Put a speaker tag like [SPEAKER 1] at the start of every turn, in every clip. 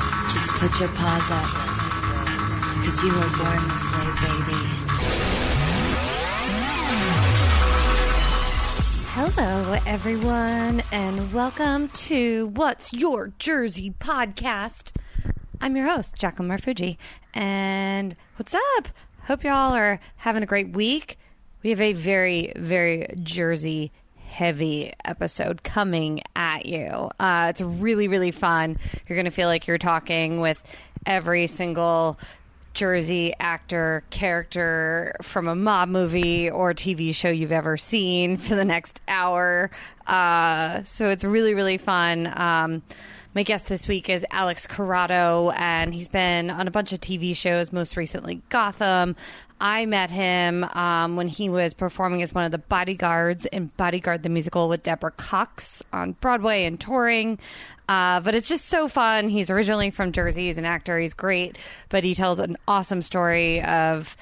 [SPEAKER 1] Put your paws up. Cause you were born this way, baby.
[SPEAKER 2] Hello, everyone, and welcome to What's Your Jersey podcast. I'm your host, Jacqueline Marfuji, and what's up? Hope y'all are having a great week. We have a very, very Jersey heavy episode coming at you. Uh, it's really, really fun. You're going to feel like you're talking with every single Jersey actor character from a mob movie or TV show you've ever seen for the next hour. Uh, so it's really, really fun. Um, my guest this week is Alex Corrado, and he's been on a bunch of TV shows, most recently Gotham. I met him um, when he was performing as one of the bodyguards in Bodyguard the Musical with Deborah Cox on Broadway and touring. Uh, but it's just so fun. He's originally from Jersey. He's an actor. He's great. But he tells an awesome story of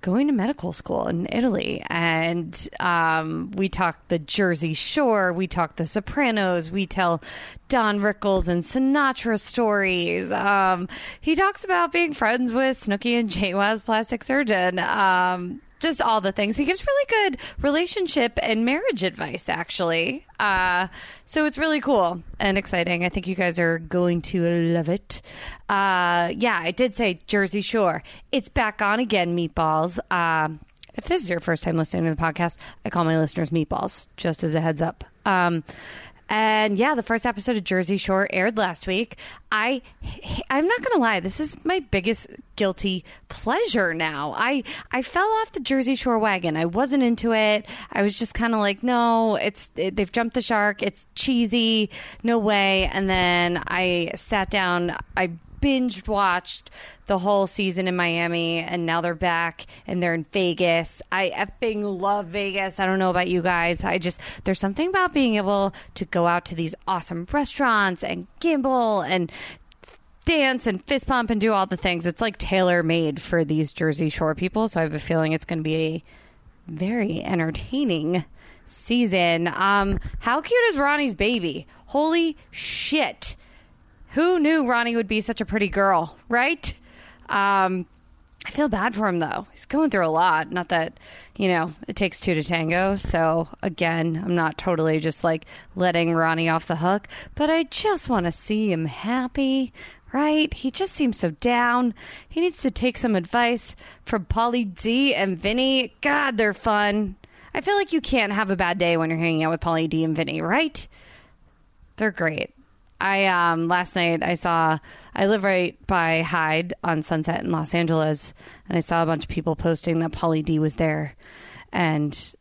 [SPEAKER 2] going to medical school in Italy. And um, we talk the Jersey Shore. We talk the Sopranos. We tell Don Rickles and Sinatra stories. Um, he talks about being friends with Snooki and JWoww's plastic surgeon. Um, just all the things. He gives really good relationship and marriage advice, actually. Uh, so it's really cool and exciting. I think you guys are going to love it. Uh, yeah, I did say Jersey Shore. It's back on again, meatballs. Um, if this is your first time listening to the podcast, I call my listeners meatballs, just as a heads up. Um, and yeah, the first episode of Jersey Shore aired last week. I I'm not going to lie, this is my biggest guilty pleasure now. I I fell off the Jersey Shore wagon. I wasn't into it. I was just kind of like, no, it's it, they've jumped the shark. It's cheesy. No way. And then I sat down. I binge watched the whole season in Miami, and now they're back and they're in Vegas. I effing love Vegas. I don't know about you guys. I just, there's something about being able to go out to these awesome restaurants and gamble and dance and fist pump and do all the things. It's like tailor made for these Jersey Shore people. So I have a feeling it's going to be a very entertaining season. Um, how cute is Ronnie's baby? Holy shit who knew Ronnie would be such a pretty girl, right? Um, I feel bad for him though. He's going through a lot. Not that, you know, it takes two to tango. So again, I'm not totally just like letting Ronnie off the hook, but I just want to see him happy, right? He just seems so down. He needs to take some advice from Polly D and Vinny. God, they're fun. I feel like you can't have a bad day when you're hanging out with Polly D and Vinny, right? They're great. I um last night I saw I live right by Hyde on Sunset in Los Angeles, and I saw a bunch of people posting that Polly D was there, and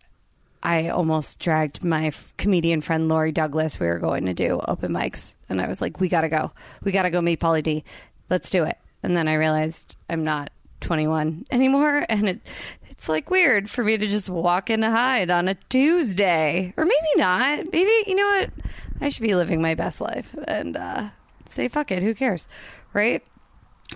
[SPEAKER 2] I almost dragged my f- comedian friend Lori Douglas. We were going to do open mics, and I was like, "We gotta go, we gotta go meet Polly D, let's do it." And then I realized I'm not 21 anymore, and it it's like weird for me to just walk into Hyde on a Tuesday, or maybe not. Maybe you know what. I should be living my best life and uh, say fuck it. Who cares, right?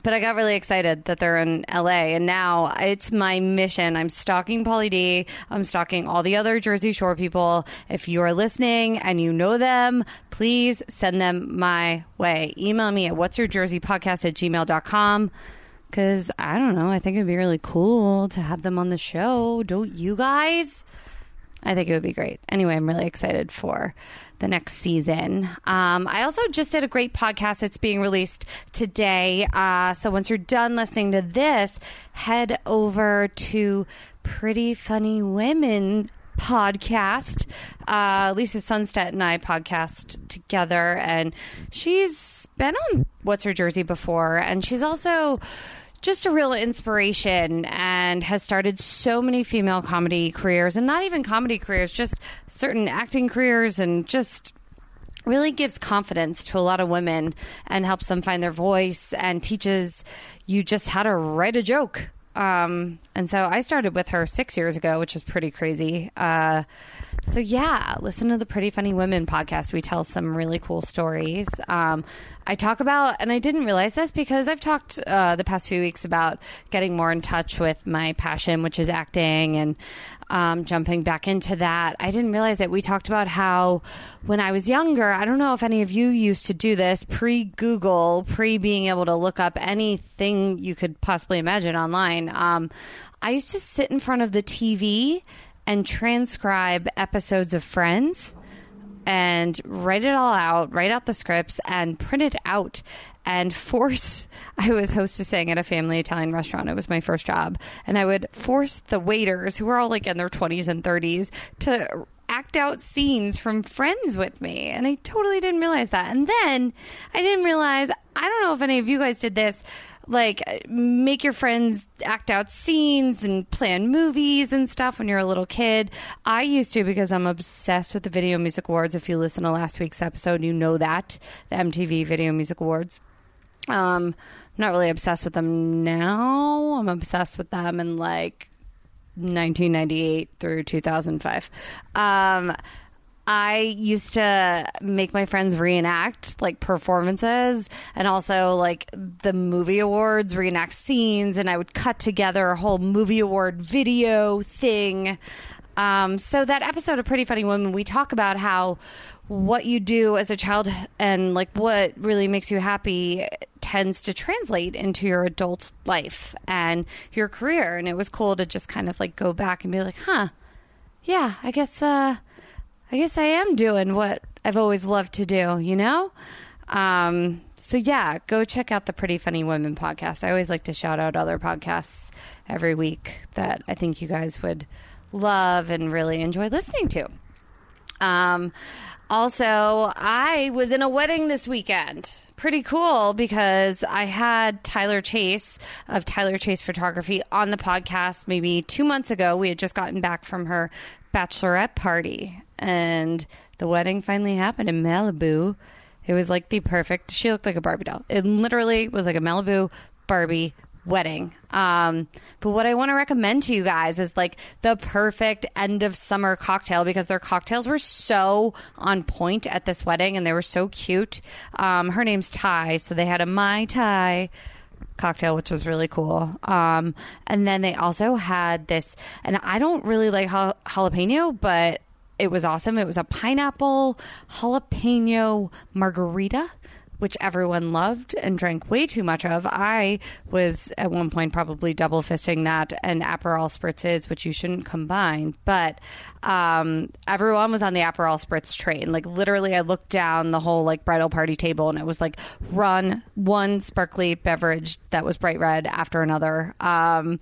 [SPEAKER 2] But I got really excited that they're in LA, and now it's my mission. I'm stalking Polly D. I'm stalking all the other Jersey Shore people. If you are listening and you know them, please send them my way. Email me at what's your jersey podcast at gmail.com. Because I don't know, I think it'd be really cool to have them on the show. Don't you guys? I think it would be great. Anyway, I'm really excited for the next season. Um, I also just did a great podcast that's being released today. Uh, so once you're done listening to this, head over to Pretty Funny Women podcast. Uh, Lisa Sunstead and I podcast together, and she's been on What's Her Jersey before, and she's also just a real inspiration and has started so many female comedy careers and not even comedy careers, just certain acting careers and just really gives confidence to a lot of women and helps them find their voice and teaches you just how to write a joke. Um, and so I started with her six years ago, which was pretty crazy. Uh, So yeah, listen to the Pretty Funny Women podcast. We tell some really cool stories. Um, I talk about, and I didn't realize this because I've talked uh, the past few weeks about getting more in touch with my passion, which is acting, and um, jumping back into that. I didn't realize that we talked about how when I was younger, I don't know if any of you used to do this pre Google, pre being able to look up anything you could possibly imagine online. Um, I used to sit in front of the TV and transcribe episodes of Friends and write it all out, write out the scripts and print it out and force I was hostessing at a family Italian restaurant. It was my first job. And I would force the waiters who were all like in their 20s and 30s to act out scenes from Friends with me. And I totally didn't realize that. And then I didn't realize I don't know if any of you guys did this like uh, make your friends act out scenes and plan movies and stuff when you're a little kid. I used to because I'm obsessed with the Video Music Awards. If you listen to last week's episode, you know that the MTV Video Music Awards. Um, I'm not really obsessed with them now. I'm obsessed with them in like 1998 through 2005. Um, I used to make my friends reenact like performances and also like the movie awards, reenact scenes, and I would cut together a whole movie award video thing. Um, so that episode of Pretty Funny Woman, we talk about how what you do as a child and like what really makes you happy tends to translate into your adult life and your career. And it was cool to just kind of like go back and be like, huh, yeah, I guess, uh, I guess I am doing what I've always loved to do, you know? Um, so yeah, go check out the Pretty Funny Women podcast. I always like to shout out other podcasts every week that I think you guys would love and really enjoy listening to. Um, also, I was in a wedding this weekend. Pretty cool because I had Tyler Chase of Tyler Chase Photography on the podcast maybe two months ago. We had just gotten back from her bachelorette party, and the wedding finally happened in Malibu. It was like the perfect. She looked like a Barbie doll. It literally was like a Malibu Barbie wedding. Um, but what I want to recommend to you guys is like the perfect end of summer cocktail because their cocktails were so on point at this wedding and they were so cute. Um, her name's Ty, so they had a Mai Tai cocktail, which was really cool. Um, and then they also had this, and I don't really like jal- jalapeno, but it was awesome. It was a pineapple jalapeno margarita which everyone loved and drank way too much of. I was at one point probably double fisting that and Aperol spritzes, which you shouldn't combine. But um, everyone was on the Aperol spritz train. Like literally, I looked down the whole like bridal party table, and it was like run one sparkly beverage that was bright red after another. Um,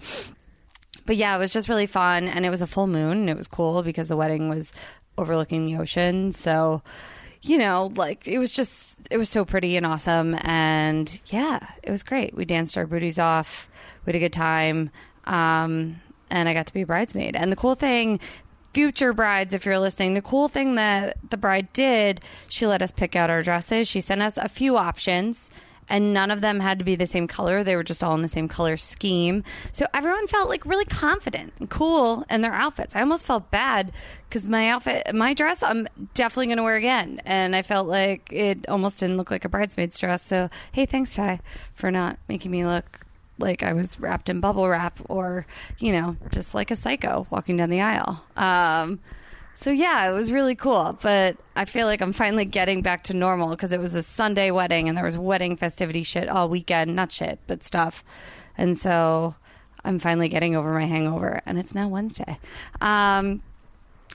[SPEAKER 2] but yeah, it was just really fun, and it was a full moon. And it was cool because the wedding was overlooking the ocean, so you know, like it was just, it was so pretty and awesome. And yeah, it was great. We danced our booties off. We had a good time. Um, and I got to be a bridesmaid. And the cool thing, future brides, if you're listening, the cool thing that the bride did, she let us pick out our dresses. She sent us a few options. And none of them had to be the same color. They were just all in the same color scheme. So everyone felt like really confident and cool in their outfits. I almost felt bad because my outfit, my dress, I'm definitely going to wear again. And I felt like it almost didn't look like a bridesmaid's dress. So, hey, thanks, Ty, for not making me look like I was wrapped in bubble wrap or, you know, just like a psycho walking down the aisle. Um, so, yeah, it was really cool. But I feel like I'm finally getting back to normal because it was a Sunday wedding and there was wedding festivity shit all weekend. Not shit, but stuff. And so. I'm finally getting over my hangover, and it's now Wednesday. Um,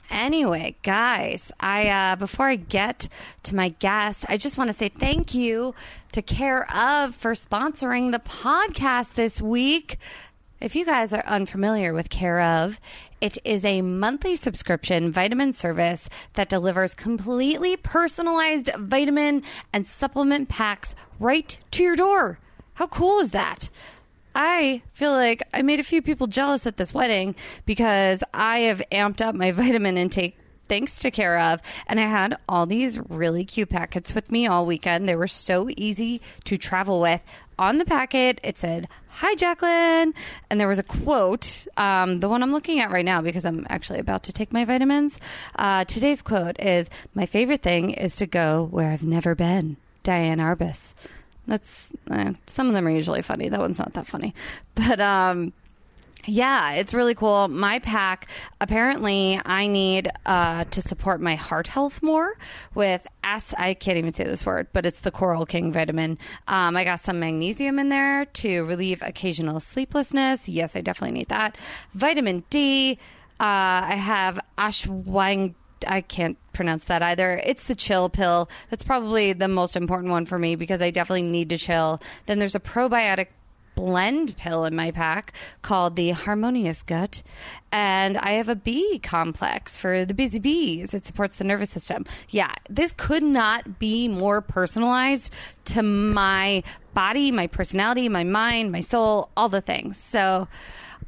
[SPEAKER 2] Anyway, guys, I uh, before I get to my guest, I just want to say thank you to Care of for sponsoring the podcast this week. If you guys are unfamiliar with Care of, it is a monthly subscription vitamin service that delivers completely personalized vitamin and supplement packs right to your door. How cool is that? I feel like I made a few people jealous at this wedding because I have amped up my vitamin intake thanks to Care of. And I had all these really cute packets with me all weekend. They were so easy to travel with on the packet it said, Hi, Jacqueline. And there was a quote, um, the one I'm looking at right now because I'm actually about to take my vitamins. Uh, today's quote is My favorite thing is to go where I've never been. Diane Arbus. That's eh, some of them are usually funny. That one's not that funny, but um, yeah, it's really cool. My pack, apparently, I need uh, to support my heart health more with as I can't even say this word, but it's the Coral King vitamin. Um, I got some magnesium in there to relieve occasional sleeplessness. Yes, I definitely need that. Vitamin D. Uh, I have ashwang. I can't pronounce that either. It's the chill pill. That's probably the most important one for me because I definitely need to chill. Then there's a probiotic blend pill in my pack called the Harmonious Gut. And I have a bee complex for the busy bees. It supports the nervous system. Yeah, this could not be more personalized to my body, my personality, my mind, my soul, all the things. So.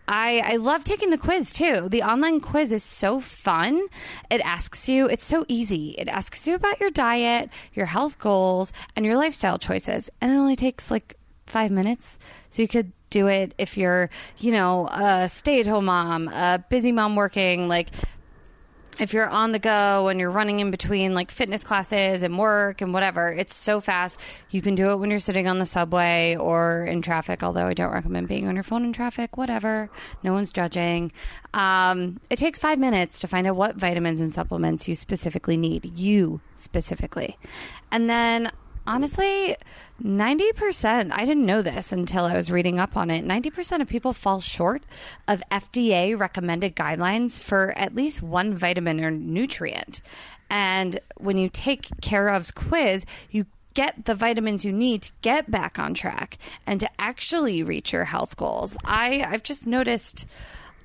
[SPEAKER 2] I, I love taking the quiz too. The online quiz is so fun. It asks you, it's so easy. It asks you about your diet, your health goals, and your lifestyle choices. And it only takes like five minutes. So you could do it if you're, you know, a stay at home mom, a busy mom working, like if you're on the go and you're running in between like fitness classes and work and whatever, it's so fast. You can do it when you're sitting on the subway or in traffic, although I don't recommend being on your phone in traffic, whatever. No one's judging. Um, it takes five minutes to find out what vitamins and supplements you specifically need, you specifically. And then honestly, 90%, I didn't know this until I was reading up on it. 90% of people fall short of FDA recommended guidelines for at least one vitamin or nutrient. And when you take Care of's quiz, you get the vitamins you need to get back on track and to actually reach your health goals. I, I've just noticed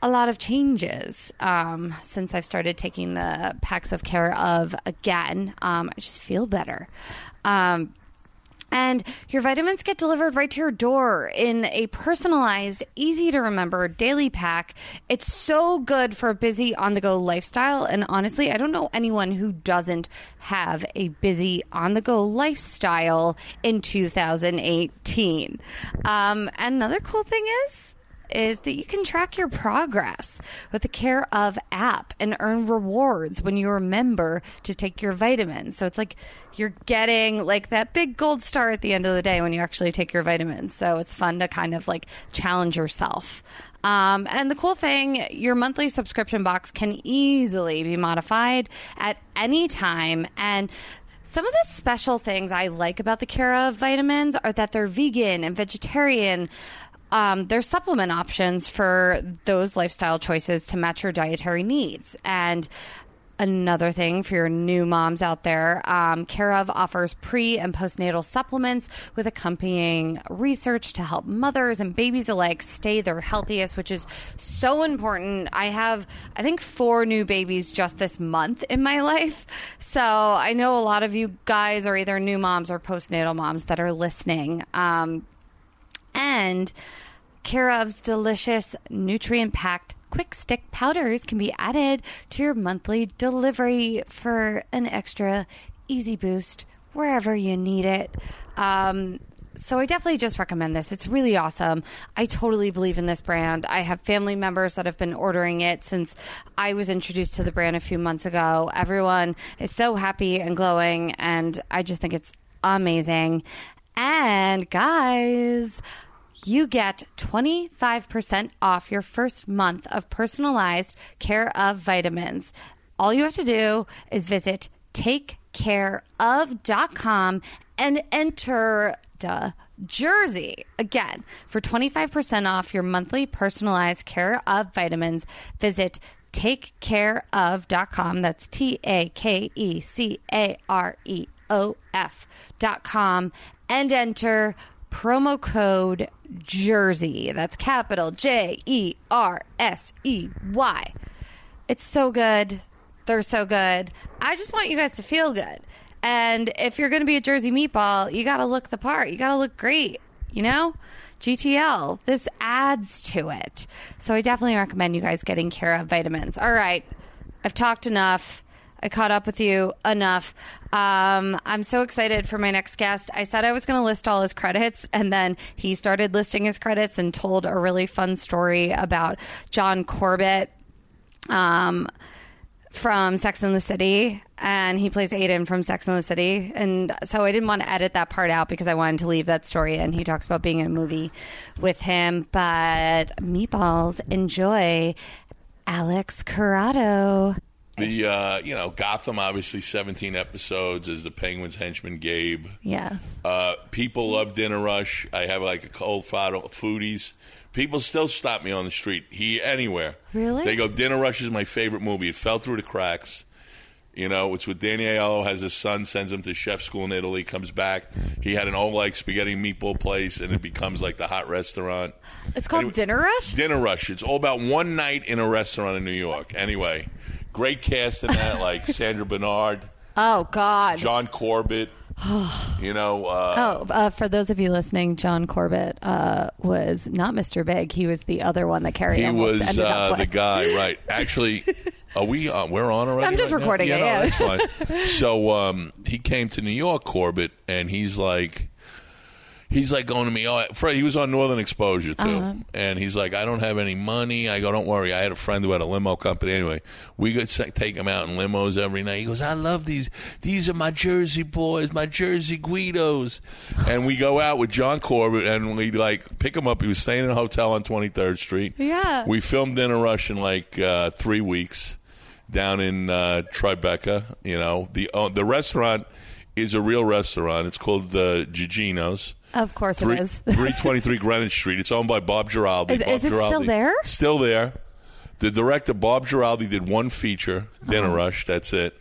[SPEAKER 2] a lot of changes um, since I've started taking the packs of care of again. Um, I just feel better. Um, and your vitamins get delivered right to your door in a personalized, easy to remember daily pack. It's so good for a busy on the go lifestyle. And honestly, I don't know anyone who doesn't have a busy on the go lifestyle in 2018. Um, and another cool thing is is that you can track your progress with the Care of app and earn rewards when you remember to take your vitamins. So it's like you're getting like that big gold star at the end of the day when you actually take your vitamins. So it's fun to kind of like challenge yourself. Um, and the cool thing, your monthly subscription box can easily be modified at any time. And some of the special things I like about the Care of vitamins are that they're vegan and vegetarian um, there's supplement options for those lifestyle choices to match your dietary needs. And another thing for your new moms out there, um, Care of offers pre and postnatal supplements with accompanying research to help mothers and babies alike stay their healthiest, which is so important. I have, I think, four new babies just this month in my life. So I know a lot of you guys are either new moms or postnatal moms that are listening. Um, and Care of's delicious, nutrient packed quick stick powders can be added to your monthly delivery for an extra easy boost wherever you need it. Um, so I definitely just recommend this. It's really awesome. I totally believe in this brand. I have family members that have been ordering it since I was introduced to the brand a few months ago. Everyone is so happy and glowing, and I just think it's amazing. And guys, you get 25% off your first month of personalized care of vitamins. All you have to do is visit takecareof.com and enter duh, Jersey again for 25% off your monthly personalized care of vitamins. Visit takecareof.com. That's T A K E C A R E O F.com and enter promo code Jersey. That's capital J E R S E Y. It's so good. They're so good. I just want you guys to feel good. And if you're going to be a Jersey meatball, you got to look the part. You got to look great. You know? GTL. This adds to it. So I definitely recommend you guys getting care of vitamins. All right. I've talked enough. I caught up with you enough. Um, I'm so excited for my next guest. I said I was going to list all his credits, and then he started listing his credits and told a really fun story about John Corbett um, from Sex and the City, and he plays Aiden from Sex and the City. And so I didn't want to edit that part out because I wanted to leave that story. And he talks about being in a movie with him. But Meatballs, enjoy Alex Corrado.
[SPEAKER 3] The uh, you know Gotham obviously 17 episodes as the Penguins henchman Gabe.
[SPEAKER 2] Yeah.
[SPEAKER 3] Uh, people love Dinner Rush. I have like a cold photo of foodies. People still stop me on the street, he anywhere.
[SPEAKER 2] Really?
[SPEAKER 3] They go, Dinner Rush is my favorite movie. It fell through the cracks. You know, it's with Danny Aiello, has his son, sends him to chef school in Italy, comes back. He had an old like spaghetti meatball place, and it becomes like the hot restaurant.
[SPEAKER 2] It's called
[SPEAKER 3] Anyway-
[SPEAKER 2] Dinner Rush?
[SPEAKER 3] Dinner Rush. It's all about one night in a restaurant in New York. Anyway, great cast in that, like Sandra Bernard,
[SPEAKER 2] Oh, God.
[SPEAKER 3] John Corbett. You know, uh,
[SPEAKER 2] Oh, uh, for those of you listening, John Corbett uh, was not Mr. Big. He was the other one that Carrie
[SPEAKER 3] he
[SPEAKER 2] Oh, almost
[SPEAKER 3] was
[SPEAKER 2] ended
[SPEAKER 3] uh,
[SPEAKER 2] up
[SPEAKER 3] the
[SPEAKER 2] with.
[SPEAKER 3] guy, right? Actually, are we on? We're on already.
[SPEAKER 2] I'm just
[SPEAKER 3] right now?
[SPEAKER 2] recording it, yeah.
[SPEAKER 3] No, that's fine. so um, he came to New York, Corbett, and he's like. He's like going to me. Oh, Fred, he was on Northern Exposure too, and he's like, "I don't have any money." I go, "Don't worry." I had a friend who had a limo company. Anyway, we could se- take him out in limos every night. He goes, "I love these. These are my Jersey boys, my Jersey Guidos." and we go out with John Corbett, and we like pick him up. He was staying in a hotel on Twenty Third Street.
[SPEAKER 2] Yeah.
[SPEAKER 3] we filmed Dinner Rush in like uh, three weeks down in uh, Tribeca. You know, the uh, the restaurant is a real restaurant. It's called the Gigino's.
[SPEAKER 2] Of course
[SPEAKER 3] Three-
[SPEAKER 2] it is.
[SPEAKER 3] 323 Greenwich Street. It's owned by Bob Giraldi.
[SPEAKER 2] Is-
[SPEAKER 3] Bob
[SPEAKER 2] is it still
[SPEAKER 3] Giraldi-
[SPEAKER 2] there?
[SPEAKER 3] Still there. The director, Bob Giraldi, did one feature,
[SPEAKER 2] Uh-huh.
[SPEAKER 3] Dinner Rush. That's it.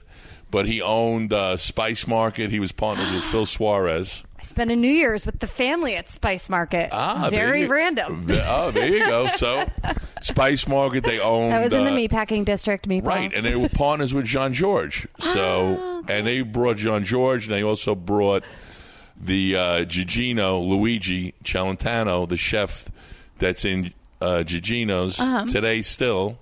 [SPEAKER 3] But he owned uh, Spice Market. He was partners with Phil Suarez.
[SPEAKER 2] I spent a New Year's with the family at Spice Market.
[SPEAKER 3] Ah, there
[SPEAKER 2] Very
[SPEAKER 3] you-
[SPEAKER 2] random.
[SPEAKER 3] Th- Oh, there you go. So, Spice Market, they owned.
[SPEAKER 2] I was in the
[SPEAKER 3] uh,
[SPEAKER 2] meatpacking district, meatballs.
[SPEAKER 3] Right, and they were partners with John George. So,
[SPEAKER 2] Ah,
[SPEAKER 3] and they brought John George, and they also brought the uh, Gigino Luigi Celentano, the chef that's in uh, Gigino's
[SPEAKER 2] Uh-huh.
[SPEAKER 3] today still,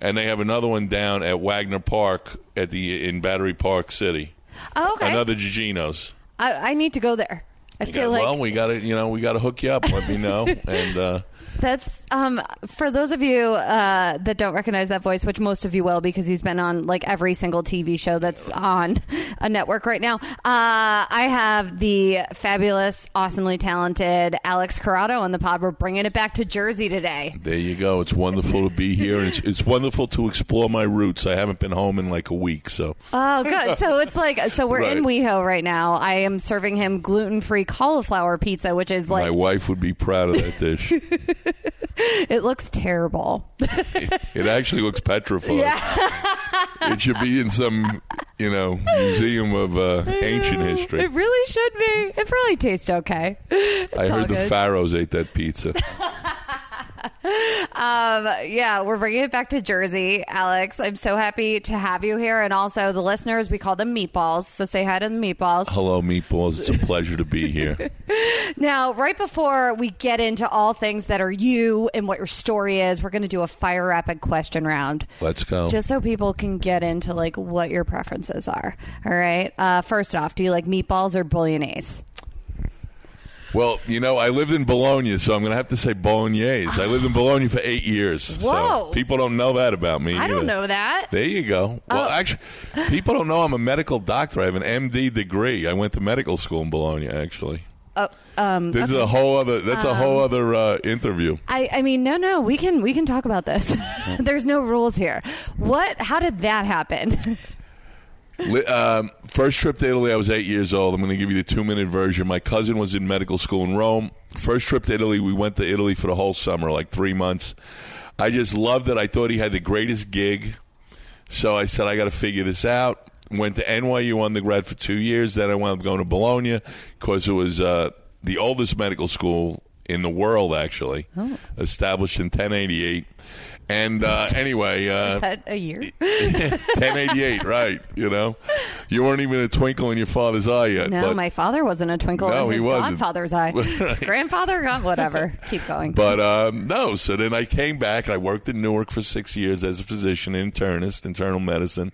[SPEAKER 3] and they have another one down at Wagner Park at the in Battery Park City.
[SPEAKER 2] oh, okay.
[SPEAKER 3] Another Gigino's.
[SPEAKER 2] I, I need to go there. I feel like
[SPEAKER 3] well, we got to you know we got to hook you up. Let me know, and uh,
[SPEAKER 2] That's um for those of you uh, that don't recognize that voice, which most of you will because he's been on like every single TV show that's on a network right now. Uh, I have the fabulous, awesomely talented Alex Corrado on the pod. We're bringing it back to Jersey today.
[SPEAKER 3] there you go. It's wonderful to be here, and it's, it's wonderful to explore my roots. I haven't been home in like a week, so.
[SPEAKER 2] Oh, good. So it's like so we're in
[SPEAKER 3] Right.
[SPEAKER 2] WeHo right now. I am serving him gluten-free cauliflower pizza, which is
[SPEAKER 3] My
[SPEAKER 2] like
[SPEAKER 3] wife would be proud of that dish.
[SPEAKER 2] it looks terrible.
[SPEAKER 3] it actually looks petrified. it should be in some, you know, museum of uh, ancient history.
[SPEAKER 2] It really should be. It probably tastes okay.
[SPEAKER 3] I
[SPEAKER 2] all
[SPEAKER 3] heard the
[SPEAKER 2] good.
[SPEAKER 3] pharaohs ate that pizza.
[SPEAKER 2] Yeah, we're bringing it back to Jersey, Alex. I'm so happy to have you here, and also the listeners. We call them meatballs, so say hi to the meatballs.
[SPEAKER 3] Hello, meatballs. It's a pleasure to be here.
[SPEAKER 2] Now, right before we get into all things that are you and what your story is, we're going to do a fire rapid question round,
[SPEAKER 3] Let's go.
[SPEAKER 2] just so people can get into like what your preferences are. All right. Uh, first off, do you like meatballs or bolognese?
[SPEAKER 3] well, you know, I lived in Bologna, so I'm going to have to say bolognese. I lived in Bologna for eight years.
[SPEAKER 2] Whoa.
[SPEAKER 3] So people don't know that about me.
[SPEAKER 2] I don't
[SPEAKER 3] either.
[SPEAKER 2] know Oh. that.
[SPEAKER 3] There you go. Well, actually, people don't know I'm a medical doctor. I have an MD degree. I went to medical school in Bologna, actually.
[SPEAKER 2] Oh, um,
[SPEAKER 3] This is a whole other. That's a whole other uh, interview.
[SPEAKER 2] I, I mean, no, no, we can we can talk about this. There's no rules here. What? How did that happen?
[SPEAKER 3] Li- um, first trip to Italy, I was eight years old. I'm going to give you the two minute version. My cousin was in medical school in Rome. First trip to Italy, we went to Italy for the whole summer, like three months. I just loved it. I thought he had the greatest gig. So I said, I got to figure this out. Went to NYU undergrad for two years. Then I wound up going to Bologna because it was uh, the oldest medical school in the world, actually, established in 1088. And uh, anyway, uh,
[SPEAKER 4] That a year?
[SPEAKER 3] 1088, right? You know, you weren't even a twinkle in your father's eye yet.
[SPEAKER 2] No,
[SPEAKER 3] but,
[SPEAKER 2] my father wasn't a twinkle
[SPEAKER 3] No,
[SPEAKER 2] in
[SPEAKER 3] he
[SPEAKER 2] his
[SPEAKER 3] wasn't.
[SPEAKER 2] godfather's eye.
[SPEAKER 3] Right.
[SPEAKER 2] Grandfather, god, whatever. Keep going.
[SPEAKER 3] But um, no, so then I came back. I worked in Newark for six years as a physician internist, internal medicine,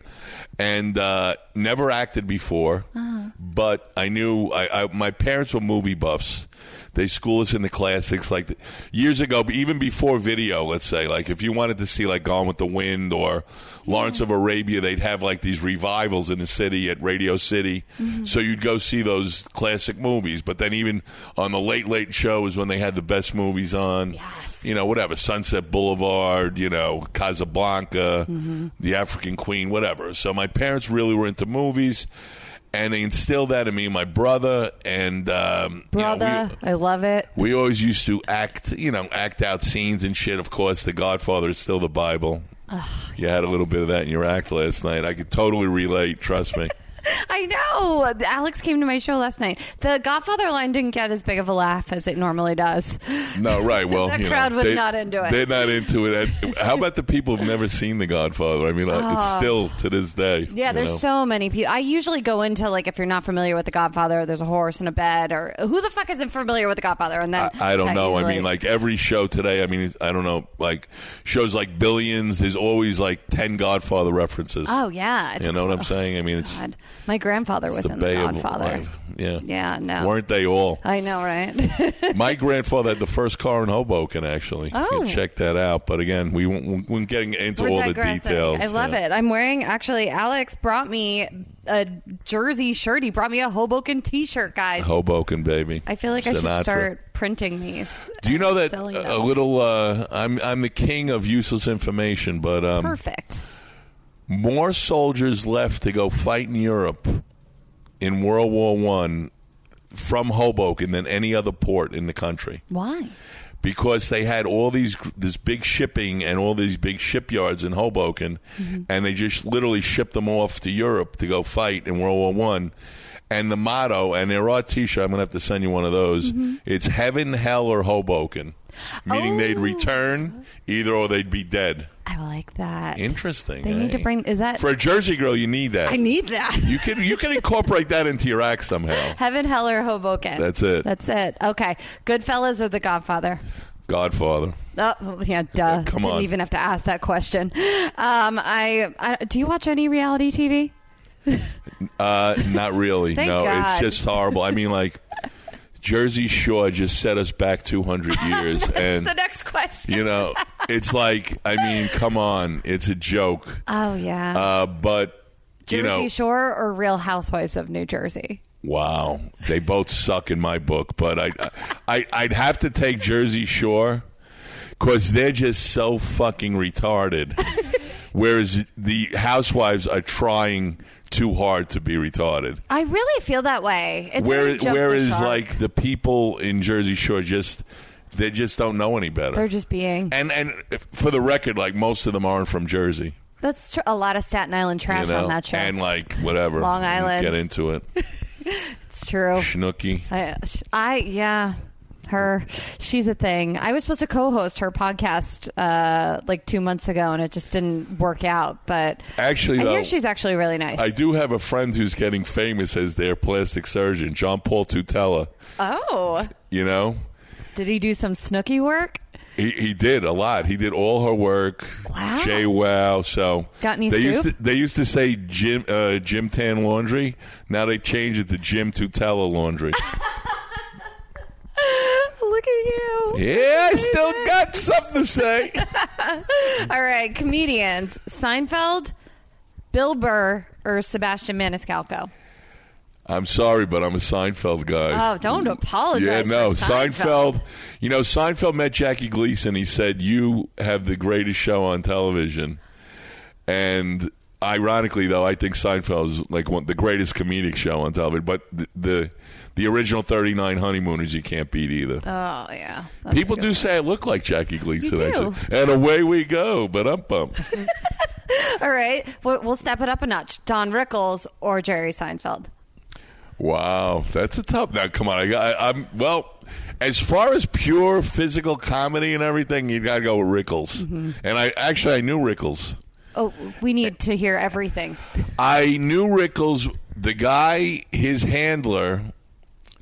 [SPEAKER 3] and uh, never acted before.
[SPEAKER 2] Uh-huh.
[SPEAKER 3] But I knew I, I, my parents were movie buffs. They school us in the classics, like the, years ago, but even before video. Let's say, like if you wanted to see like Gone with the Wind or Lawrence of Arabia, they'd have like these revivals in the city at Radio City,
[SPEAKER 2] Mm-hmm.
[SPEAKER 3] so you'd go see those classic movies. But then even on the late late shows when they had the best movies on,
[SPEAKER 2] Yes.
[SPEAKER 3] you know, whatever Sunset Boulevard, you know, Casablanca,
[SPEAKER 2] Mm-hmm.
[SPEAKER 3] The African Queen, whatever. So my parents really were into movies. And they instilled that in me and my brother. And um, you know, we-
[SPEAKER 2] Brother, I love it.
[SPEAKER 3] we always used to act, you know, act out scenes and shit. Of course, The Godfather is still the Bible. you had a little bit of that in your act last night. I could totally relate. Trust me.
[SPEAKER 2] I know. Alex came to my show last night. The Godfather line didn't get as big of a laugh as it normally does.
[SPEAKER 3] No, right? Well,
[SPEAKER 2] The
[SPEAKER 3] you know,
[SPEAKER 2] crowd was
[SPEAKER 3] they-
[SPEAKER 2] not into it.
[SPEAKER 3] They're not into it. And How about the people who've never seen The Godfather? I mean, like, it's still to this day.
[SPEAKER 2] Yeah,
[SPEAKER 3] you
[SPEAKER 2] there's
[SPEAKER 3] know?
[SPEAKER 2] so many people. I usually go into like if you're not familiar with The Godfather, there's a horse and a bed, or who the fuck isn't familiar with The Godfather? And then
[SPEAKER 3] I, I don't know. I
[SPEAKER 2] usually-
[SPEAKER 3] mean, like every show today. I mean, it's- I don't know. Like shows like Billions. There's always like ten Godfather references.
[SPEAKER 2] oh yeah, it's
[SPEAKER 3] you know what I'm saying? I mean, it's
[SPEAKER 2] God. My grandfather was
[SPEAKER 3] the
[SPEAKER 2] in The
[SPEAKER 3] Bay of
[SPEAKER 2] Godfather.
[SPEAKER 3] Life. Yeah.
[SPEAKER 2] Yeah, no.
[SPEAKER 3] Weren't they all?
[SPEAKER 2] I know, right?
[SPEAKER 3] My grandfather had the first car in Hoboken, actually. You
[SPEAKER 2] Oh.
[SPEAKER 3] can check that out. But again, we won't, we won't getting into
[SPEAKER 2] We're
[SPEAKER 3] all
[SPEAKER 2] digressing.
[SPEAKER 3] the details.
[SPEAKER 2] I love
[SPEAKER 3] Yeah.
[SPEAKER 2] it. I'm wearing actually. Alex brought me a jersey shirt. He brought me a Hoboken T-shirt, guys.
[SPEAKER 3] Hoboken, baby.
[SPEAKER 2] I feel like I
[SPEAKER 3] Oh, Sinatra.
[SPEAKER 2] should start printing these.
[SPEAKER 3] Do you know that
[SPEAKER 2] Selling
[SPEAKER 3] a- a
[SPEAKER 2] them.
[SPEAKER 3] little? Uh, I'm I'm the king of useless information, but um,
[SPEAKER 2] Perfect.
[SPEAKER 3] more soldiers left to go fight in Europe in World War One from Hoboken than any other port in the country.
[SPEAKER 2] Why?
[SPEAKER 3] because they had all these this big shipping and all these big shipyards in Hoboken,
[SPEAKER 2] Mm-hmm.
[SPEAKER 3] and they just literally shipped them off to Europe to go fight in World War One. And the motto, and there are T-shirt. I'm gonna have to send you one of those.
[SPEAKER 2] Mm-hmm.
[SPEAKER 3] It's heaven, hell, or Hoboken, meaning
[SPEAKER 2] Oh.
[SPEAKER 3] they'd return either or they'd be dead.
[SPEAKER 2] I like that.
[SPEAKER 3] Interesting.
[SPEAKER 2] They need to
[SPEAKER 3] eh?
[SPEAKER 2] bring. Is that?
[SPEAKER 3] for a Jersey girl. You need that.
[SPEAKER 2] I need that.
[SPEAKER 3] You can you can incorporate that into your act somehow.
[SPEAKER 2] Heaven, hell, or Hoboken.
[SPEAKER 3] That's it.
[SPEAKER 2] That's it. Okay. Goodfellas or The Godfather?
[SPEAKER 3] Godfather.
[SPEAKER 2] Oh yeah, duh.
[SPEAKER 3] Come
[SPEAKER 2] Didn't
[SPEAKER 3] on.
[SPEAKER 2] even have to ask that question. Um, I, I do you watch any reality TV?
[SPEAKER 3] Uh, not really.
[SPEAKER 2] Thank
[SPEAKER 3] no, it's
[SPEAKER 2] God.
[SPEAKER 3] just horrible. I mean, like Jersey Shore just set us back 200 years, and
[SPEAKER 2] The next question.
[SPEAKER 3] you know, it's like, I mean, come on, it's a joke.
[SPEAKER 2] Oh yeah.
[SPEAKER 3] Uh, but
[SPEAKER 2] Jersey
[SPEAKER 3] you know,
[SPEAKER 2] Shore or Real Housewives of New Jersey?
[SPEAKER 3] wow, they both suck in my book. But I, I, I'd have to take Jersey Shore because they're just so fucking retarded. Whereas the housewives are trying too hard to be retarded.
[SPEAKER 2] I really feel that way. It's
[SPEAKER 3] Where
[SPEAKER 2] really jumped
[SPEAKER 3] where
[SPEAKER 2] the
[SPEAKER 3] is
[SPEAKER 2] shark.
[SPEAKER 3] like the people in Jersey Shore just they just don't know any better.
[SPEAKER 2] they're just being.
[SPEAKER 3] and and if- for the record, like most of them aren't from Jersey,
[SPEAKER 2] That's tr- a lot of Staten Island
[SPEAKER 3] you
[SPEAKER 2] trash
[SPEAKER 3] know,
[SPEAKER 2] on that show.
[SPEAKER 3] and like whatever
[SPEAKER 2] Long
[SPEAKER 3] We
[SPEAKER 2] Island.
[SPEAKER 3] Get into it,
[SPEAKER 2] it's true.
[SPEAKER 3] Schnooky.
[SPEAKER 2] I, sh- I yeah. Her, she's a thing. I was supposed to co-host her podcast uh, like two months ago, and it just didn't work out. But
[SPEAKER 3] Actually,
[SPEAKER 2] I
[SPEAKER 3] though,
[SPEAKER 2] hear she's actually really nice.
[SPEAKER 3] I do have a friend who's getting famous as their plastic surgeon, John Paul Tutela.
[SPEAKER 2] Oh,
[SPEAKER 3] You know,
[SPEAKER 2] did he do some snooky work?
[SPEAKER 3] He, he did a lot. He did all her work.
[SPEAKER 2] Wow.
[SPEAKER 3] Jay Wow. So
[SPEAKER 2] Got any
[SPEAKER 3] they used
[SPEAKER 2] scoop?
[SPEAKER 3] to, they used to say Jim uh, Jim Tan Laundry. Now they changed it to Jim Tutela Laundry.
[SPEAKER 2] Look at you.
[SPEAKER 3] yeah, I still got something to say.
[SPEAKER 2] All right, comedians: Seinfeld, Bill Burr, or Sebastian Maniscalco.
[SPEAKER 3] I'm sorry, but I'm a Seinfeld guy.
[SPEAKER 2] Oh, don't apologize.
[SPEAKER 3] yeah, no,
[SPEAKER 2] for Seinfeld.
[SPEAKER 3] Seinfeld. You know, Seinfeld met Jackie Gleason. He said, "You have the greatest show on television," and. Ironically, though, I think Seinfeld is like one the greatest comedic show on television. But the the, the original Thirty Nine Honeymooners you can't beat either.
[SPEAKER 2] Oh yeah. That's
[SPEAKER 3] People
[SPEAKER 2] a
[SPEAKER 3] do
[SPEAKER 2] good
[SPEAKER 3] say I look like Jackie Gleason,
[SPEAKER 2] do.
[SPEAKER 3] actually, and away we go. But I'm pumped.
[SPEAKER 2] one. All right, we'll, we'll step it up a notch. Don Rickles or Jerry Seinfeld.
[SPEAKER 3] Wow, that's a tough. Now, come on, I, I, I'm well. As far as pure physical comedy and everything, you gotta go with Rickles. And I actually I knew Rickles.
[SPEAKER 2] Oh, we need to hear everything.
[SPEAKER 3] I knew Rickles. The guy, his handler,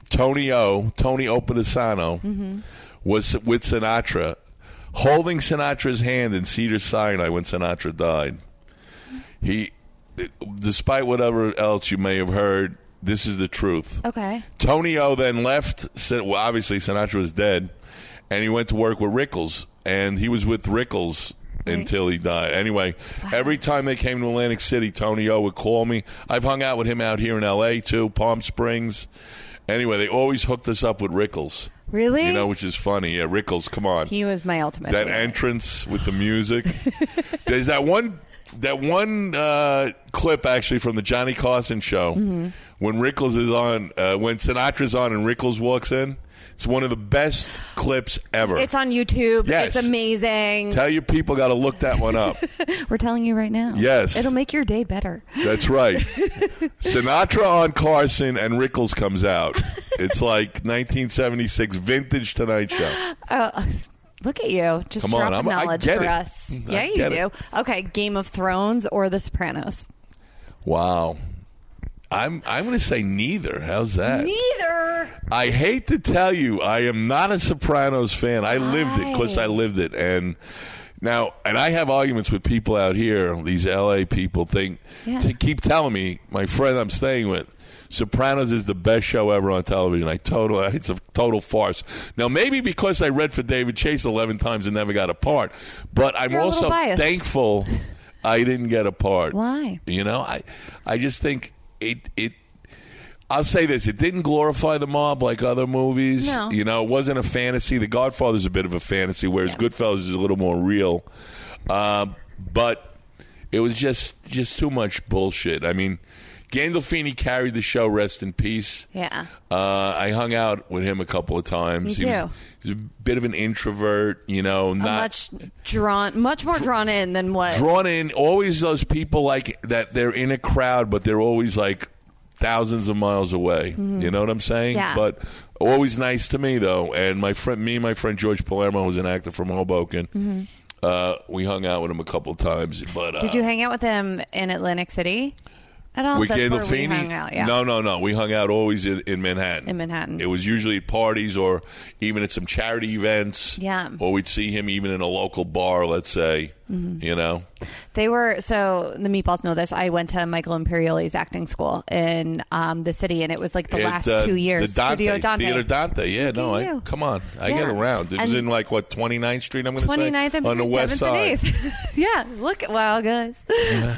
[SPEAKER 3] Tony O, Tony Opadisano, was with Sinatra, holding Sinatra's hand in Cedar Sinai when Sinatra died. He, despite whatever else you may have heard, this is the truth.
[SPEAKER 2] Okay.
[SPEAKER 3] Tony O then left. Said, well, obviously Sinatra was dead, and he went to work with Rickles, and he was with Rickles until he died. Anyway, every time they came to Atlantic City, Tony O would call me. I've hung out with him out here in L.A. too, Palm Springs. Anyway, they always hooked us up with Rickles.
[SPEAKER 2] Really?
[SPEAKER 3] You know, which is funny. Yeah, Rickles. Come on
[SPEAKER 2] he was my ultimate.
[SPEAKER 3] that
[SPEAKER 2] favorite.
[SPEAKER 3] entrance with the music. There's that one that one uh, clip actually from the Johnny Carson show when Rickles is on uh, when Sinatra's on and Rickles walks in. It's one of the best clips ever.
[SPEAKER 2] it's on YouTube.
[SPEAKER 3] Yes.
[SPEAKER 2] It's amazing.
[SPEAKER 3] Tell your people got to look that one up.
[SPEAKER 2] We're telling you right now.
[SPEAKER 3] Yes.
[SPEAKER 2] It'll make your day better.
[SPEAKER 3] That's right. Sinatra on Carson and Rickles comes out. It's like 1976 vintage Tonight Show.
[SPEAKER 2] Oh, Look at you. Just
[SPEAKER 3] Come on,
[SPEAKER 2] dropping
[SPEAKER 3] I'm- I
[SPEAKER 2] knowledge
[SPEAKER 3] get
[SPEAKER 2] for
[SPEAKER 3] it.
[SPEAKER 2] us.
[SPEAKER 3] I
[SPEAKER 2] yeah, you
[SPEAKER 3] get
[SPEAKER 2] do.
[SPEAKER 3] it.
[SPEAKER 2] Okay, Game of Thrones or The Sopranos?
[SPEAKER 3] Wow. I'm I'm going to say neither. How's that?
[SPEAKER 2] Neither.
[SPEAKER 3] I hate to tell you, I am not a Sopranos fan. I lived it because I lived it, and now and I have arguments with people out here. These LA people think
[SPEAKER 2] Yeah.
[SPEAKER 3] to keep telling me, my friend I'm staying with, Sopranos is the best show ever on television. I total, it's a total farce. Now maybe because I read for David Chase eleven times and never got a part, but I'm
[SPEAKER 2] You're a little
[SPEAKER 3] also
[SPEAKER 2] biased.
[SPEAKER 3] thankful I didn't get a part.
[SPEAKER 2] Why?
[SPEAKER 3] You know, I I just think it it I'll say this: it didn't glorify the mob like other movies.
[SPEAKER 2] No.
[SPEAKER 3] You know, it wasn't a fantasy. The Godfather's a bit of a fantasy, whereas
[SPEAKER 2] Yeah.
[SPEAKER 3] Goodfellas is a little more real. Uh, but it was just just too much bullshit. I mean, Gandolfini carried the show. Rest in peace.
[SPEAKER 2] Yeah.
[SPEAKER 3] Uh, I hung out with him a couple of times.
[SPEAKER 2] Me
[SPEAKER 3] he, was,
[SPEAKER 2] too.
[SPEAKER 3] he was a bit of an introvert, you know,
[SPEAKER 2] A
[SPEAKER 3] not
[SPEAKER 2] much drawn, much more drawn in than what?
[SPEAKER 3] drawn in always those people like that they're in a crowd but they're always like thousands of miles away you know what i'm saying
[SPEAKER 2] Mm-hmm. Yeah.
[SPEAKER 3] but always nice to me though and my friend me and my friend george palermo who's an actor from hoboken uh, we hung out with him a couple of times but uh,
[SPEAKER 2] Mm-hmm. Did you hang out with him in Atlantic City at all?
[SPEAKER 3] with
[SPEAKER 2] That's where we
[SPEAKER 3] Gandolfini?
[SPEAKER 2] hung out. Yeah.
[SPEAKER 3] No, no, no. We hung out always in, in Manhattan.
[SPEAKER 2] In Manhattan.
[SPEAKER 3] It was usually at parties or even at some charity events.
[SPEAKER 2] Yeah.
[SPEAKER 3] Or we'd see him even in a local bar, let's say.
[SPEAKER 2] Mm-hmm.
[SPEAKER 3] You know?
[SPEAKER 2] They were so the meatballs know this. I went to Michael Imperioli's acting school in um, the city, and it was like the
[SPEAKER 3] It,
[SPEAKER 2] last
[SPEAKER 3] uh,
[SPEAKER 2] two years.
[SPEAKER 3] The Dante,
[SPEAKER 2] Studio Dante.
[SPEAKER 3] Theater Dante. Yeah, no,
[SPEAKER 2] at
[SPEAKER 3] I,
[SPEAKER 2] you.
[SPEAKER 3] come on. I
[SPEAKER 2] Yeah.
[SPEAKER 3] get around. It was
[SPEAKER 2] And-
[SPEAKER 3] in like, what, 29th Street, I'm going to say?
[SPEAKER 2] 29th and
[SPEAKER 3] On the
[SPEAKER 2] between
[SPEAKER 3] west
[SPEAKER 2] 7th
[SPEAKER 3] side.
[SPEAKER 2] and 8th. yeah, look at wow, guys.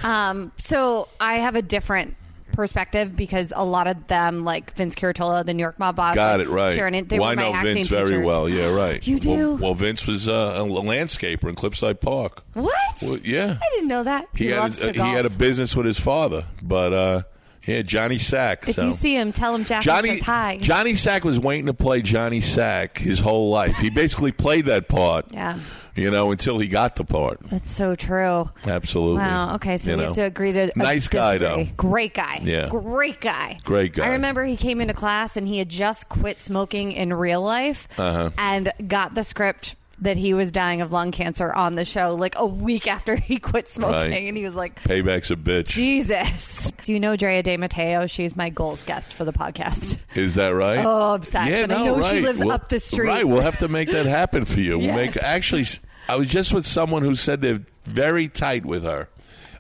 [SPEAKER 2] um, so I have a different perspective because a lot of them, like Vince Curatola, the New York Mob boss,
[SPEAKER 3] Got it, right.
[SPEAKER 2] Sharon, they
[SPEAKER 3] well,
[SPEAKER 2] were my
[SPEAKER 3] I know
[SPEAKER 2] acting
[SPEAKER 3] Vince very
[SPEAKER 2] teachers.
[SPEAKER 3] well. Yeah, right.
[SPEAKER 2] You
[SPEAKER 3] Well,
[SPEAKER 2] do?
[SPEAKER 3] well, Vince was uh, a landscaper in Cliffside Park.
[SPEAKER 2] What?
[SPEAKER 3] Well, yeah.
[SPEAKER 2] I didn't know that. He,
[SPEAKER 3] He, had,
[SPEAKER 2] loves
[SPEAKER 3] a,
[SPEAKER 2] to
[SPEAKER 3] he
[SPEAKER 2] golf.
[SPEAKER 3] had a business with his father, but uh, yeah, Johnny Sack.
[SPEAKER 2] if
[SPEAKER 3] so.
[SPEAKER 2] you see him, tell him Jackie
[SPEAKER 3] Johnny
[SPEAKER 2] says hi.
[SPEAKER 3] Johnny Sack was waiting to play Johnny Sack his whole life. He basically played that part,
[SPEAKER 2] Yeah.
[SPEAKER 3] you know, until he got the part.
[SPEAKER 2] That's so true.
[SPEAKER 3] Absolutely.
[SPEAKER 2] Wow. Okay. So
[SPEAKER 3] You
[SPEAKER 2] we have to
[SPEAKER 3] know.
[SPEAKER 2] agree to
[SPEAKER 3] Nice guy,
[SPEAKER 2] disagree.
[SPEAKER 3] though.
[SPEAKER 2] Great guy.
[SPEAKER 3] Yeah.
[SPEAKER 2] Great guy.
[SPEAKER 3] Great guy.
[SPEAKER 2] I remember he came into class and he had just quit smoking in real life
[SPEAKER 3] Uh-huh.
[SPEAKER 2] and got the script that he was dying of lung cancer on the show like a week after he quit smoking,
[SPEAKER 3] Right.
[SPEAKER 2] and he was like.
[SPEAKER 3] Payback's a bitch.
[SPEAKER 2] Jesus. Do you know Drea De Matteo? She's my goals guest for the podcast.
[SPEAKER 3] Is that right?
[SPEAKER 2] Oh, obsessed.
[SPEAKER 3] Yeah,
[SPEAKER 2] And I
[SPEAKER 3] no,
[SPEAKER 2] know
[SPEAKER 3] right.
[SPEAKER 2] she lives
[SPEAKER 3] We'll-
[SPEAKER 2] up the street.
[SPEAKER 3] Right. We'll have to make that happen for you. We'll make
[SPEAKER 2] Yes.
[SPEAKER 3] actually. s- I was just with someone who said they're very tight with her.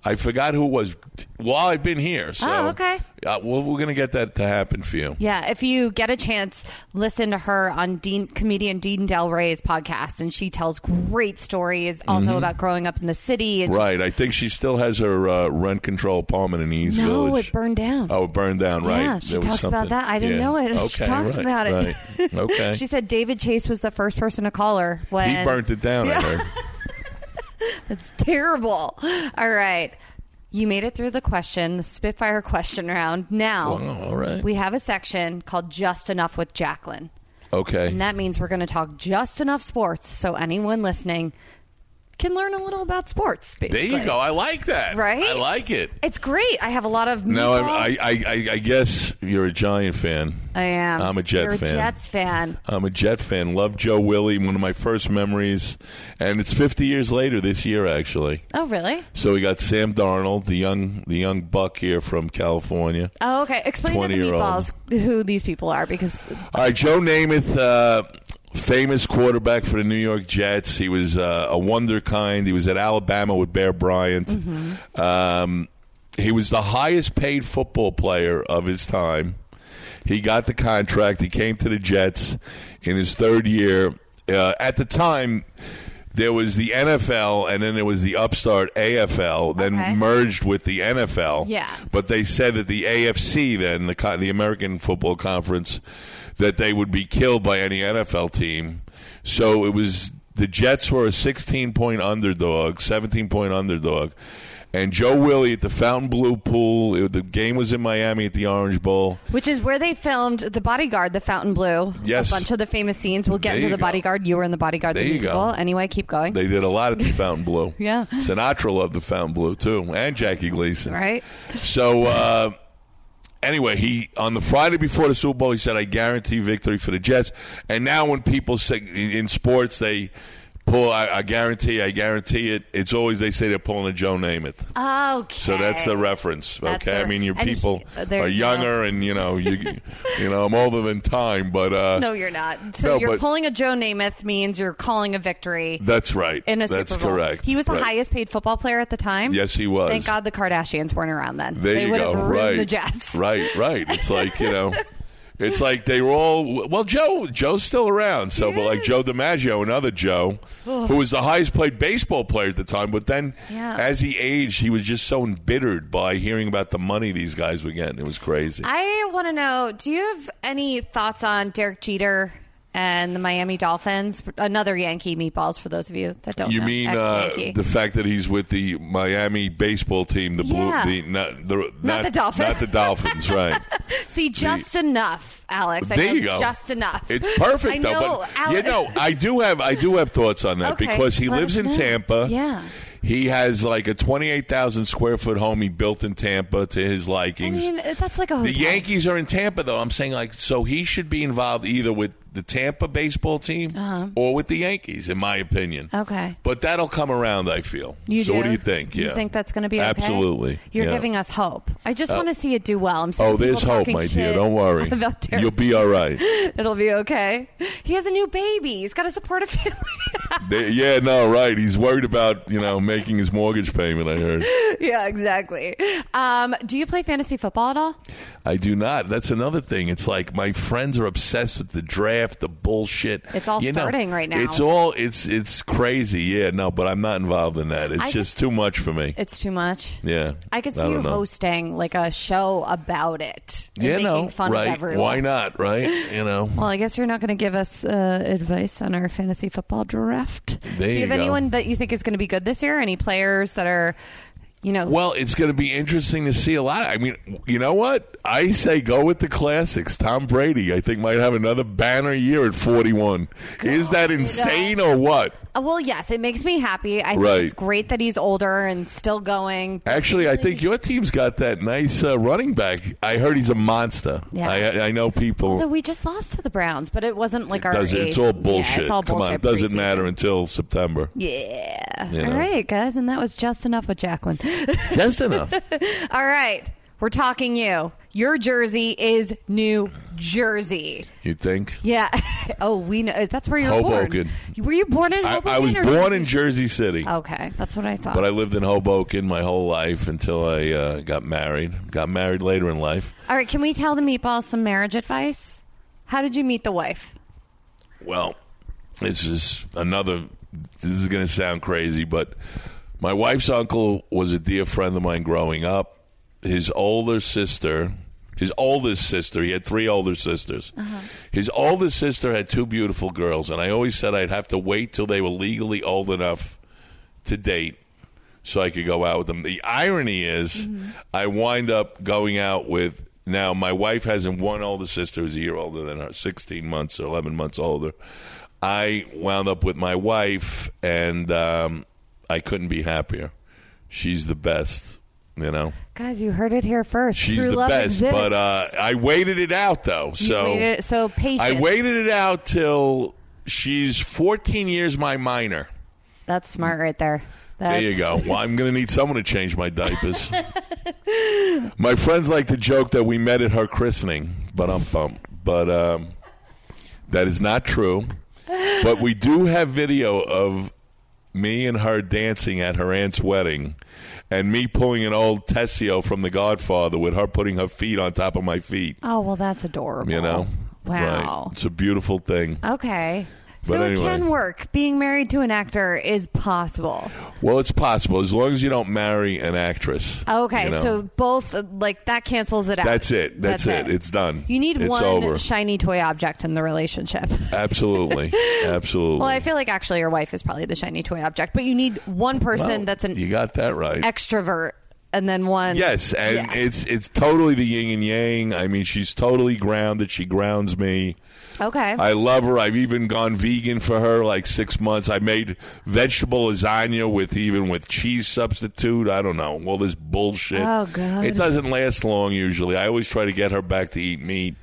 [SPEAKER 3] I forgot who it was. While I've been here, so
[SPEAKER 2] Oh, okay.
[SPEAKER 3] Uh, well, we're gonna get that to happen for you.
[SPEAKER 2] Yeah, if you get a chance, listen to her on Dean, comedian Dean Del Rey's podcast, and she tells great stories also about growing up in the city. And
[SPEAKER 3] Mm-hmm. Right. I think she still has her uh, rent control apartment in East
[SPEAKER 2] No,
[SPEAKER 3] Village.
[SPEAKER 2] it burned down.
[SPEAKER 3] Oh, it burned down. Right.
[SPEAKER 2] Yeah, she
[SPEAKER 3] There was
[SPEAKER 2] talks about
[SPEAKER 3] something.
[SPEAKER 2] that. I didn't
[SPEAKER 3] Yeah.
[SPEAKER 2] know it. she
[SPEAKER 3] Okay,
[SPEAKER 2] talks
[SPEAKER 3] right,
[SPEAKER 2] about it.
[SPEAKER 3] right. Okay.
[SPEAKER 2] she said David Chase was the first person to call her when
[SPEAKER 3] he burnt it down. I heard.
[SPEAKER 2] It's terrible. All right. You made it through the question, the Spitfire question round. Now,
[SPEAKER 3] Wow, all right.
[SPEAKER 2] we have a section called Just Enough with Jacqueline.
[SPEAKER 3] Okay.
[SPEAKER 2] And that means we're going to talk just enough sports so anyone listening can learn a little about sports.
[SPEAKER 3] There
[SPEAKER 2] Basically.
[SPEAKER 3] you go. I like that.
[SPEAKER 2] Right?
[SPEAKER 3] I like it.
[SPEAKER 2] It's great. I have a lot of.
[SPEAKER 3] No, I'm, I,
[SPEAKER 2] meatballs.
[SPEAKER 3] I, I, I guess you're a Giant fan.
[SPEAKER 2] I am.
[SPEAKER 3] I'm a Jet
[SPEAKER 2] You're
[SPEAKER 3] fan.
[SPEAKER 2] A Jets fan.
[SPEAKER 3] I'm a Jet fan. Love Joe Willie. One of my first memories, and it's 50 years later this year, actually.
[SPEAKER 2] Oh, really?
[SPEAKER 3] So we got Sam Darnold, the young the young buck here from California.
[SPEAKER 2] Oh, okay. Explain to the
[SPEAKER 3] 20-year-old.
[SPEAKER 2] meatballs who these people are because
[SPEAKER 3] All right, Joe Namath, uh, famous quarterback for the New York Jets. He was uh, a wonder kind. He was at Alabama with Bear Bryant. Um, he was the highest paid football player of his time. He got the contract. He came to the Jets in his third year. Uh, at the time, there was the NFL, and then there was the upstart AFL, then
[SPEAKER 2] Okay.
[SPEAKER 3] merged with the NFL.
[SPEAKER 2] Yeah.
[SPEAKER 3] But they said that the AFC, then the co- the American Football Conference, that they would be killed by any NFL team. So it was the Jets were a 16 point underdog, 17 point underdog, and Joe Willie at the Fountain Blue Pool. it- the game was in Miami at the Orange Bowl.
[SPEAKER 2] which is where they filmed The Bodyguard, The Fountain Blue.
[SPEAKER 3] Yes.
[SPEAKER 2] A bunch of the famous scenes. We'll get
[SPEAKER 3] There
[SPEAKER 2] into
[SPEAKER 3] you
[SPEAKER 2] The
[SPEAKER 3] go.
[SPEAKER 2] Bodyguard. You were in The Bodyguard,
[SPEAKER 3] There
[SPEAKER 2] the
[SPEAKER 3] you
[SPEAKER 2] musical.
[SPEAKER 3] go.
[SPEAKER 2] Anyway, keep going.
[SPEAKER 3] They did a lot at the Fountain Blue.
[SPEAKER 2] Yeah.
[SPEAKER 3] Sinatra loved the Fountain Blue too, and Jackie Gleason.
[SPEAKER 2] right?
[SPEAKER 3] So uh, anyway, he on the Friday before the Super Bowl, he said, "I guarantee victory for the Jets." And now, when people say in in sports, they pull, "I, I guarantee, I guarantee it." It's always they say they're pulling a Joe Namath.
[SPEAKER 2] Okay.
[SPEAKER 3] So that's the reference.
[SPEAKER 2] That's
[SPEAKER 3] okay,
[SPEAKER 2] the-
[SPEAKER 3] I mean your
[SPEAKER 2] and
[SPEAKER 3] people
[SPEAKER 2] he- uh, there
[SPEAKER 3] are
[SPEAKER 2] you go.
[SPEAKER 3] younger, and you know you, you know I'm older than time, but uh,
[SPEAKER 2] No, you're not. So
[SPEAKER 3] No,
[SPEAKER 2] you're
[SPEAKER 3] but-
[SPEAKER 2] pulling a Joe Namath means you're calling a victory
[SPEAKER 3] that's right.
[SPEAKER 2] in a
[SPEAKER 3] that's
[SPEAKER 2] Super Bowl.
[SPEAKER 3] correct.
[SPEAKER 2] He was the
[SPEAKER 3] Right.
[SPEAKER 2] highest paid football player at the time.
[SPEAKER 3] Yes, he was.
[SPEAKER 2] Thank God the Kardashians weren't around then.
[SPEAKER 3] There
[SPEAKER 2] they
[SPEAKER 3] you
[SPEAKER 2] would
[SPEAKER 3] go.
[SPEAKER 2] have ruined
[SPEAKER 3] right.
[SPEAKER 2] the Jets.
[SPEAKER 3] Right, right. It's like, you know, it's like they were all well, Joe Joe's still around, so but like Joe DiMaggio, another Joe, who was the highest played baseball player at the time, but then
[SPEAKER 2] Yeah.
[SPEAKER 3] as he aged, he was just so embittered by hearing about the money these guys were getting. It was crazy.
[SPEAKER 2] I want to know do you have any thoughts on Derek Jeter and the Miami Dolphins? Another Yankee meatballs for those of you that don't
[SPEAKER 3] you
[SPEAKER 2] know.
[SPEAKER 3] mean uh,
[SPEAKER 2] Ex-Yankee.
[SPEAKER 3] the fact that he's with the Miami baseball team, the
[SPEAKER 2] Yeah.
[SPEAKER 3] blue, the not the not,
[SPEAKER 2] the Dolphins.
[SPEAKER 3] not the Dolphins, right?
[SPEAKER 2] See, just enough, Alex. I
[SPEAKER 3] there
[SPEAKER 2] know
[SPEAKER 3] you go.
[SPEAKER 2] Just enough.
[SPEAKER 3] It's perfect
[SPEAKER 2] I
[SPEAKER 3] though.
[SPEAKER 2] know,
[SPEAKER 3] but
[SPEAKER 2] Alex.
[SPEAKER 3] you know, I do have I do have thoughts on that
[SPEAKER 2] Okay,
[SPEAKER 3] because he
[SPEAKER 2] let
[SPEAKER 3] lives
[SPEAKER 2] us
[SPEAKER 3] in
[SPEAKER 2] know.
[SPEAKER 3] Tampa.
[SPEAKER 2] Yeah.
[SPEAKER 3] He has like a twenty eight thousand square foot home he built in Tampa to his
[SPEAKER 2] I
[SPEAKER 3] likings.
[SPEAKER 2] mean, that's like a
[SPEAKER 3] the
[SPEAKER 2] hotel.
[SPEAKER 3] Yankees are in Tampa though. I'm saying like so he should be involved either with the Tampa baseball team or with the Yankees, in my opinion.
[SPEAKER 2] Uh-huh. Okay.
[SPEAKER 3] But that'll come around, I feel.
[SPEAKER 2] You
[SPEAKER 3] so
[SPEAKER 2] do?
[SPEAKER 3] what do you think?
[SPEAKER 2] You
[SPEAKER 3] yeah.
[SPEAKER 2] think that's going to be okay?
[SPEAKER 3] Absolutely.
[SPEAKER 2] You're
[SPEAKER 3] Yeah. Uh,
[SPEAKER 2] giving us hope. I just want to see it do well. I'm seeing
[SPEAKER 3] Oh, there's
[SPEAKER 2] people
[SPEAKER 3] hope,
[SPEAKER 2] talking
[SPEAKER 3] my dear.
[SPEAKER 2] shit
[SPEAKER 3] Don't worry.
[SPEAKER 2] About Derek.
[SPEAKER 3] You'll be all right.
[SPEAKER 2] It'll be okay. He has a new baby. He's got a supportive family.
[SPEAKER 3] They- yeah, no, right. He's worried about, you know, making his mortgage payment, I heard.
[SPEAKER 2] yeah, exactly. Um, do you play fantasy football at all?
[SPEAKER 3] I do not. That's another thing. It's like my friends are obsessed with the draft, the bullshit.
[SPEAKER 2] It's all
[SPEAKER 3] You know,
[SPEAKER 2] starting right now.
[SPEAKER 3] It's all it's it's crazy. Yeah, no, but I'm not involved in that. It's
[SPEAKER 2] I
[SPEAKER 3] just too much for me.
[SPEAKER 2] It's too much.
[SPEAKER 3] yeah,
[SPEAKER 2] I could see you
[SPEAKER 3] don't know.
[SPEAKER 2] hosting like a show about it. and
[SPEAKER 3] Yeah,
[SPEAKER 2] making
[SPEAKER 3] no,
[SPEAKER 2] fun
[SPEAKER 3] right?
[SPEAKER 2] of everyone.
[SPEAKER 3] Why not? Right? You know.
[SPEAKER 2] Well, I guess you're not going to give us uh, advice on our fantasy football draft. Do
[SPEAKER 3] There
[SPEAKER 2] you
[SPEAKER 3] you
[SPEAKER 2] have
[SPEAKER 3] go.
[SPEAKER 2] anyone that you think is going to be good this year? Any players that are, you know,
[SPEAKER 3] Well, it's going to be interesting to see a lot. I mean, you know what? I say go with the classics. Tom Brady, I think, might have another banner year at 41. Is that insane or what?
[SPEAKER 2] Uh, well, yes, it makes me happy. I think
[SPEAKER 3] Right.
[SPEAKER 2] it's great that he's older and still going.
[SPEAKER 3] Actually, I think your team's got that nice uh, running back. I heard he's a monster.
[SPEAKER 2] Yeah.
[SPEAKER 3] I, I know people.
[SPEAKER 2] So we just lost to the Browns, but it wasn't like our.
[SPEAKER 3] does it, it's
[SPEAKER 2] eighth-
[SPEAKER 3] all
[SPEAKER 2] yeah,
[SPEAKER 3] bullshit.
[SPEAKER 2] it's all
[SPEAKER 3] Come on,
[SPEAKER 2] bullshit
[SPEAKER 3] it doesn't
[SPEAKER 2] preseason.
[SPEAKER 3] matter until September.
[SPEAKER 2] Yeah.
[SPEAKER 3] You know.
[SPEAKER 2] All right, guys, and that was just enough with Jacqueline.
[SPEAKER 3] Just enough.
[SPEAKER 2] all right, we're talking you. Your jersey is New Jersey.
[SPEAKER 3] You think?
[SPEAKER 2] Yeah. oh, we know. That's where you're
[SPEAKER 3] Hoboken.
[SPEAKER 2] born. Were you born in
[SPEAKER 3] I,
[SPEAKER 2] Hoboken?
[SPEAKER 3] I was
[SPEAKER 2] or-
[SPEAKER 3] born in Jersey City,
[SPEAKER 2] Okay, that's what I thought.
[SPEAKER 3] but I lived in Hoboken my whole life until I uh, got married. Got married later in life.
[SPEAKER 2] all right, can we tell the meatballs some marriage advice? How did you meet the wife?
[SPEAKER 3] Well, this is another. This is going to sound crazy, but my wife's uncle was a dear friend of mine growing up. His older sister, his oldest sister, he had three older sisters. His oldest sister had two beautiful girls, and I always said I'd have to wait till they were legally old enough to date so I could go out with them. The irony is,
[SPEAKER 2] Mm-hmm.
[SPEAKER 3] I wind up going out with now my wife has one older sister who's a year older than her, 16 months or 11 months older. I wound up with my wife, and um, I couldn't be happier. She's the best, you know.
[SPEAKER 2] Guys, you heard it here first.
[SPEAKER 3] She's
[SPEAKER 2] True
[SPEAKER 3] the
[SPEAKER 2] love
[SPEAKER 3] best,
[SPEAKER 2] exists.
[SPEAKER 3] but uh, I waited it out though.
[SPEAKER 2] You
[SPEAKER 3] So
[SPEAKER 2] waited- so patience.
[SPEAKER 3] I waited it out till she's 14 years my minor.
[SPEAKER 2] That's smart right there. That's,
[SPEAKER 3] There you go. Well, I'm going to need someone to change my diapers. my friends like to joke that we met at her christening, but I'm bummed. But um, that is not true. But we do have video of me and her dancing at her aunt's wedding and me pulling an old Tessio from The Godfather with her putting her feet on top of my feet,
[SPEAKER 2] Oh, well, that's adorable.
[SPEAKER 3] you know?
[SPEAKER 2] Oh, Wow.
[SPEAKER 3] Right. It's a beautiful thing.
[SPEAKER 2] Okay. So
[SPEAKER 3] But
[SPEAKER 2] it
[SPEAKER 3] anyway.
[SPEAKER 2] can work. Being married to an actor is possible.
[SPEAKER 3] Well, it's possible as long as you don't marry an actress.
[SPEAKER 2] Okay,
[SPEAKER 3] you know?
[SPEAKER 2] so both uh, like that cancels it out.
[SPEAKER 3] That's it. That's, it. It's done.
[SPEAKER 2] You need
[SPEAKER 3] it's
[SPEAKER 2] one
[SPEAKER 3] over.
[SPEAKER 2] shiny toy object in the relationship.
[SPEAKER 3] Absolutely. Absolutely.
[SPEAKER 2] Well, I feel like actually your wife is probably the shiny toy object, but you need one person
[SPEAKER 3] Well,
[SPEAKER 2] that's an
[SPEAKER 3] You got that right.
[SPEAKER 2] extrovert and then one
[SPEAKER 3] Yes, and
[SPEAKER 2] Yeah.
[SPEAKER 3] it's it's totally the yin and yang. I mean, she's totally grounded. She grounds me.
[SPEAKER 2] Okay.
[SPEAKER 3] I love her. I've even gone vegan for her like six months. I made vegetable lasagna with even with cheese substitute. I don't know all this bullshit.
[SPEAKER 2] Oh, God.
[SPEAKER 3] It doesn't last long usually. I always try to get her back to eat meat.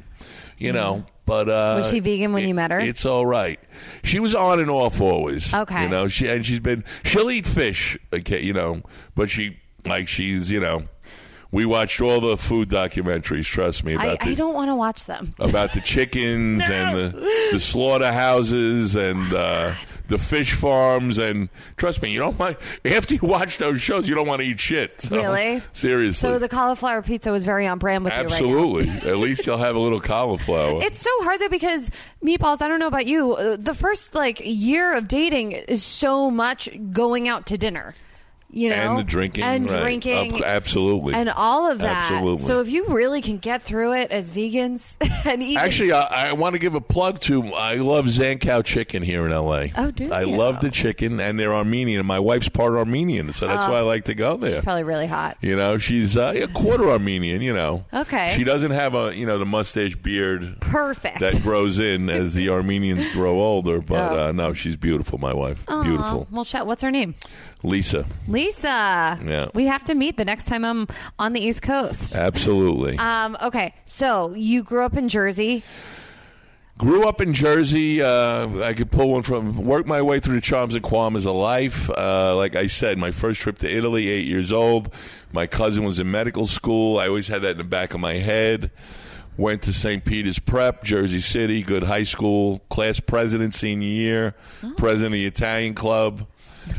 [SPEAKER 3] You know, but uh,
[SPEAKER 2] Mm. Was she vegan when you met her?
[SPEAKER 3] It's all right. She was on and off always.
[SPEAKER 2] Okay.
[SPEAKER 3] you know she and she's been she'll eat fish. Okay, you know, but she like she's you know. We watched all the food documentaries. Trust me
[SPEAKER 2] I,
[SPEAKER 3] about the
[SPEAKER 2] I don't want to watch them.
[SPEAKER 3] about the chickens and the, the slaughterhouses and
[SPEAKER 2] Oh,
[SPEAKER 3] uh, the fish farms. And trust me, you don't mind. After you watch those shows, you don't want to eat shit. So,
[SPEAKER 2] Really?
[SPEAKER 3] Seriously.
[SPEAKER 2] So the cauliflower pizza was very on brand with you right now.
[SPEAKER 3] Absolutely. At least you'll have a little cauliflower.
[SPEAKER 2] It's so hard though because meatballs. I don't know about you. uh, The first like year of dating is so much going out to dinner, you know,
[SPEAKER 3] and the drinking.
[SPEAKER 2] and
[SPEAKER 3] right.
[SPEAKER 2] drinking,
[SPEAKER 3] Of- absolutely.
[SPEAKER 2] and all of that.
[SPEAKER 3] Absolutely.
[SPEAKER 2] So if you really can get through it as vegans and even
[SPEAKER 3] Actually, I, I want to give a plug to. I love Zankow chicken here in L.A.
[SPEAKER 2] Oh, do
[SPEAKER 3] I
[SPEAKER 2] you?
[SPEAKER 3] love the chicken, and they're Armenian. And my wife's part Armenian, so
[SPEAKER 2] Oh.
[SPEAKER 3] that's why I like to go there.
[SPEAKER 2] probably really hot.
[SPEAKER 3] You know, she's uh, a quarter Armenian. You know,
[SPEAKER 2] Okay.
[SPEAKER 3] She doesn't have a you know the mustache beard
[SPEAKER 2] Perfect.
[SPEAKER 3] that grows in as the Armenians grow older. But
[SPEAKER 2] Oh.
[SPEAKER 3] uh, no, she's beautiful. My wife,
[SPEAKER 2] Aw,
[SPEAKER 3] beautiful,
[SPEAKER 2] Well, shout, what's her name?
[SPEAKER 3] Lisa.
[SPEAKER 2] Lisa.
[SPEAKER 3] Yeah.
[SPEAKER 2] We have to meet the next time I'm on the East Coast.
[SPEAKER 3] Absolutely.
[SPEAKER 2] Um, okay. So you grew up in Jersey.
[SPEAKER 3] Grew up in Jersey. Uh, I could pull one from. Worked my way through the charms and qualms of life. Uh, like I said, my first trip to Italy, eight years old. My cousin was in medical school. I always had that in the back of my head. Went to St. Peter's Prep, Jersey City, good high school, class president senior year, president of the Italian club.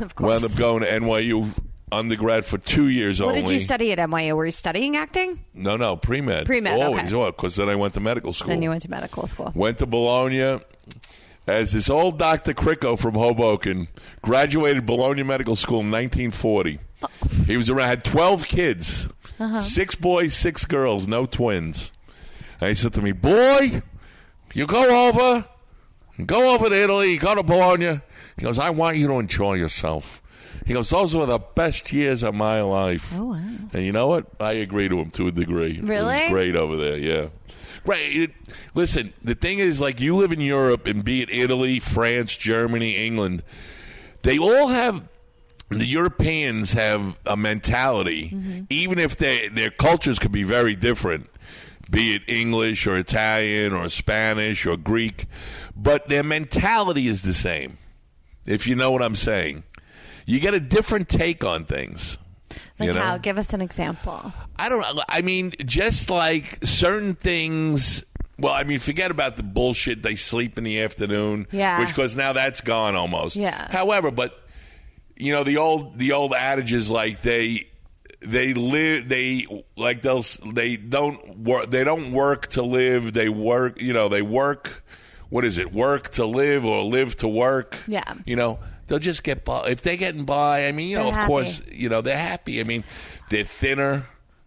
[SPEAKER 2] Oh. Of course.
[SPEAKER 3] Wound up going to NYU undergrad for two years
[SPEAKER 2] What
[SPEAKER 3] only.
[SPEAKER 2] did you study at NYU? Were you studying acting?
[SPEAKER 3] No, no, pre med.
[SPEAKER 2] Pre-med,
[SPEAKER 3] Always,
[SPEAKER 2] okay.
[SPEAKER 3] because then I went to medical school.
[SPEAKER 2] Then you went to medical school.
[SPEAKER 3] Went to Bologna as this old Dr. Cricco from Hoboken graduated Bologna Medical School in 1940. He was around, had 12 kids, six boys, six girls, no twins. And he said to me, Boy, you go over, go over to Italy, go to Bologna. He goes, I want you to enjoy yourself. He goes, Those were the best years of my life.
[SPEAKER 2] Oh, wow.
[SPEAKER 3] And you know what? I agree to him to a degree. It
[SPEAKER 2] Really?
[SPEAKER 3] was great over there, yeah. Right. It, listen, the thing is, like, you live in Europe, and be it Italy, France, Germany, England, they all have. The Europeans have a mentality,
[SPEAKER 2] Mm-hmm.
[SPEAKER 3] even if they, their cultures could be very different, be it English or Italian or Spanish or Greek, but their mentality is the same, if you know what I'm saying. You get a different take on things.
[SPEAKER 2] Like
[SPEAKER 3] you know?
[SPEAKER 2] how? Give us an example.
[SPEAKER 3] I don't know. I mean, just like certain things. Well, I mean, forget about the bullshit. They sleep in the afternoon.
[SPEAKER 2] Yeah.
[SPEAKER 3] Which, because now that's gone almost.
[SPEAKER 2] Yeah.
[SPEAKER 3] However, but you know the old the old adage is like they they live they like they'll s- they don't work they don't work to live they work you know they work what is it work to live or live to work
[SPEAKER 2] Yeah.
[SPEAKER 3] you know they'll just get by if they're getting by I mean you know
[SPEAKER 2] They're
[SPEAKER 3] of
[SPEAKER 2] happy.
[SPEAKER 3] course you know they're happy I mean they're thinner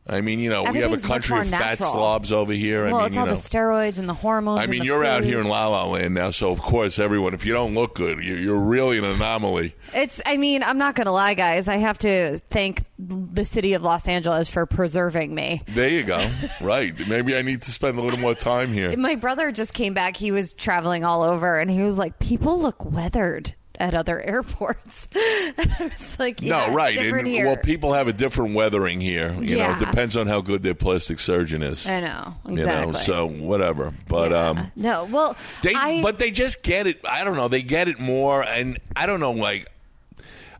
[SPEAKER 3] I mean you know we have a
[SPEAKER 2] Everything's much
[SPEAKER 3] country
[SPEAKER 2] more
[SPEAKER 3] of fat
[SPEAKER 2] natural.
[SPEAKER 3] slobs over here I
[SPEAKER 2] well,
[SPEAKER 3] mean
[SPEAKER 2] it's
[SPEAKER 3] you
[SPEAKER 2] all
[SPEAKER 3] know
[SPEAKER 2] the steroids and the hormones.
[SPEAKER 3] I
[SPEAKER 2] and
[SPEAKER 3] mean,
[SPEAKER 2] the
[SPEAKER 3] you're out
[SPEAKER 2] food.
[SPEAKER 3] here in La La Land now, so of course, everyone, if you don't look good, you- you're really an anomaly.
[SPEAKER 2] It's. I mean, I'm not gonna lie, guys. I have to thank the city of Los Angeles for preserving me.
[SPEAKER 3] There you go. right. Maybe I need to spend a little more time here.
[SPEAKER 2] My brother just came back. He was traveling all over, and he was like, "People look weathered." at other airports. and I was like, yeah,
[SPEAKER 3] no, right.
[SPEAKER 2] It's different
[SPEAKER 3] And-
[SPEAKER 2] here.
[SPEAKER 3] well, people have a different weathering here. You know,
[SPEAKER 2] Yeah.
[SPEAKER 3] it depends on how good their plastic surgeon is.
[SPEAKER 2] I know
[SPEAKER 3] you
[SPEAKER 2] exactly.
[SPEAKER 3] know, so whatever. But um,
[SPEAKER 2] no, well,
[SPEAKER 3] They,
[SPEAKER 2] I,
[SPEAKER 3] but they just get it. I don't know. They get it more, and I don't know. Like,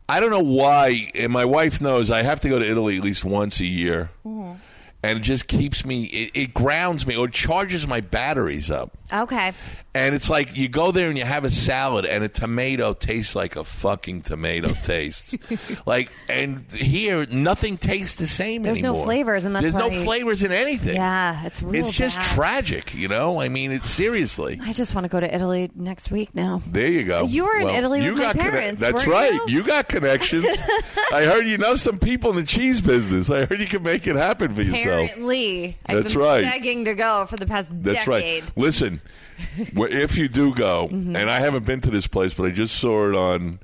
[SPEAKER 3] I don't know why. And my wife knows I have to go to Italy at least once a year,
[SPEAKER 2] Mm-hmm.
[SPEAKER 3] and it just keeps me. It, it grounds me or charges my batteries up.
[SPEAKER 2] okay,
[SPEAKER 3] And it's like you go there and you have a salad, and a tomato tastes like a fucking tomato tastes. like, and here nothing tastes the same
[SPEAKER 2] There's no
[SPEAKER 3] anymore.
[SPEAKER 2] flavors, and that's
[SPEAKER 3] there's
[SPEAKER 2] why-
[SPEAKER 3] no flavors in anything.
[SPEAKER 2] yeah, it's real.
[SPEAKER 3] It's just
[SPEAKER 2] bad.
[SPEAKER 3] tragic, you know. I mean, it's seriously.
[SPEAKER 2] I just want to go to Italy next week now.
[SPEAKER 3] There you go.
[SPEAKER 2] You were in Italy
[SPEAKER 3] you
[SPEAKER 2] with my
[SPEAKER 3] got conne-
[SPEAKER 2] parents,
[SPEAKER 3] That's
[SPEAKER 2] weren't
[SPEAKER 3] right.
[SPEAKER 2] you?
[SPEAKER 3] got connections. I heard you know some people in the cheese business. I heard you can make it happen for yourself.
[SPEAKER 2] Apparently, I've
[SPEAKER 3] That's
[SPEAKER 2] been
[SPEAKER 3] right.
[SPEAKER 2] begging to go for the past
[SPEAKER 3] That's
[SPEAKER 2] decade. Mm-hmm.
[SPEAKER 3] right. Listen, wh- if you do go, and I haven't been to this place, but I just saw it on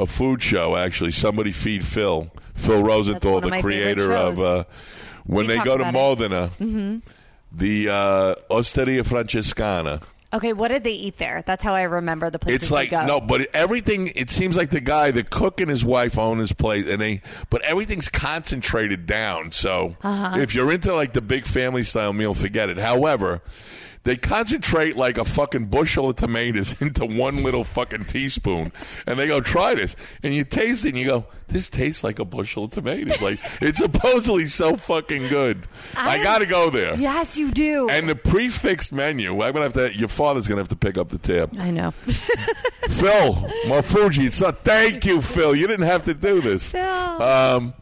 [SPEAKER 3] a food show. Actually, somebody feed Phil, Phil Rosenthal,
[SPEAKER 2] one of
[SPEAKER 3] the
[SPEAKER 2] my favorite
[SPEAKER 3] creator
[SPEAKER 2] shows.
[SPEAKER 3] of uh, when
[SPEAKER 2] We
[SPEAKER 3] they
[SPEAKER 2] talked
[SPEAKER 3] go to
[SPEAKER 2] about Mm-hmm.
[SPEAKER 3] Modena, the uh, Osteria Francescana.
[SPEAKER 2] Okay, what did they eat there? That's how I remember the places.
[SPEAKER 3] It's
[SPEAKER 2] we
[SPEAKER 3] like
[SPEAKER 2] go.
[SPEAKER 3] no, but everything. It seems like the guy, the cook and his wife own his place, and they. But everything's concentrated down. So if you're into like the big family style meal, forget it. However. They concentrate like a fucking bushel of tomatoes into one little fucking teaspoon, and they go try this, and you taste it, and you go, "This tastes like a bushel of tomatoes." Like it's supposedly so fucking good. I,
[SPEAKER 2] I-
[SPEAKER 3] gotta go there.
[SPEAKER 2] Yes, you do.
[SPEAKER 3] And the prefixed menu, I'm gonna have to. Your father's gonna have to pick up the tab.
[SPEAKER 2] I know.
[SPEAKER 3] Phil, my Fuji. It's not, thank you, Phil. You didn't have to do this. Um,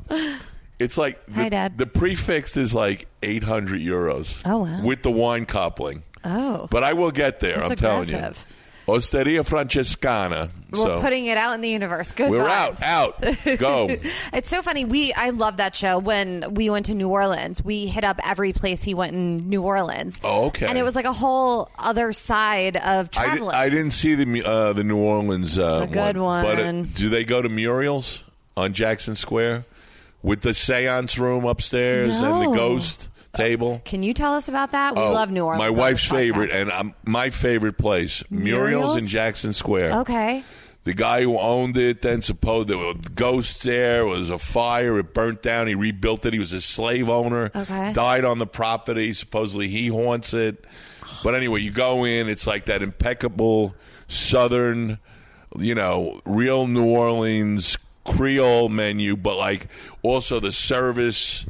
[SPEAKER 3] it's like the,
[SPEAKER 2] Hi, Dad.
[SPEAKER 3] the prefixed is like 800 euros.
[SPEAKER 2] Oh, wow.
[SPEAKER 3] With the wine coupling.
[SPEAKER 2] Oh.
[SPEAKER 3] But I will get there,
[SPEAKER 2] That's
[SPEAKER 3] I'm telling
[SPEAKER 2] aggressive.
[SPEAKER 3] you. Osteria Francescana.
[SPEAKER 2] We're
[SPEAKER 3] so
[SPEAKER 2] putting it out in the universe. Good.
[SPEAKER 3] we're
[SPEAKER 2] vibes.
[SPEAKER 3] out, out. Go.
[SPEAKER 2] It's so funny. We I love that show. When we went to New Orleans, we hit up every place he went in New Orleans.
[SPEAKER 3] Oh, okay.
[SPEAKER 2] And it was like a whole other side of
[SPEAKER 3] I, di-
[SPEAKER 2] traveling.
[SPEAKER 3] I didn't see the mu- uh, the New Orleans uh,
[SPEAKER 2] It's a good
[SPEAKER 3] But uh,
[SPEAKER 2] one.
[SPEAKER 3] do they go to Muriel's on Jackson Square with the seance room upstairs and
[SPEAKER 2] No.
[SPEAKER 3] the ghost table?
[SPEAKER 2] Can you tell us about that? We
[SPEAKER 3] Oh,
[SPEAKER 2] love New Orleans.
[SPEAKER 3] My
[SPEAKER 2] on
[SPEAKER 3] wife's
[SPEAKER 2] this podcast.
[SPEAKER 3] favorite and um, my favorite place, Muriel's,
[SPEAKER 2] Muriel's? Oh.
[SPEAKER 3] in Jackson Square.
[SPEAKER 2] okay.
[SPEAKER 3] The guy who owned it then supposed there were ghosts there, it was a fire, it burnt down, he rebuilt it. He was a slave owner,
[SPEAKER 2] Okay.
[SPEAKER 3] died on the property, supposedly he haunts it. But anyway, you go in, it's like that impeccable southern, you know, real New Orleans Creole menu, but like also the service.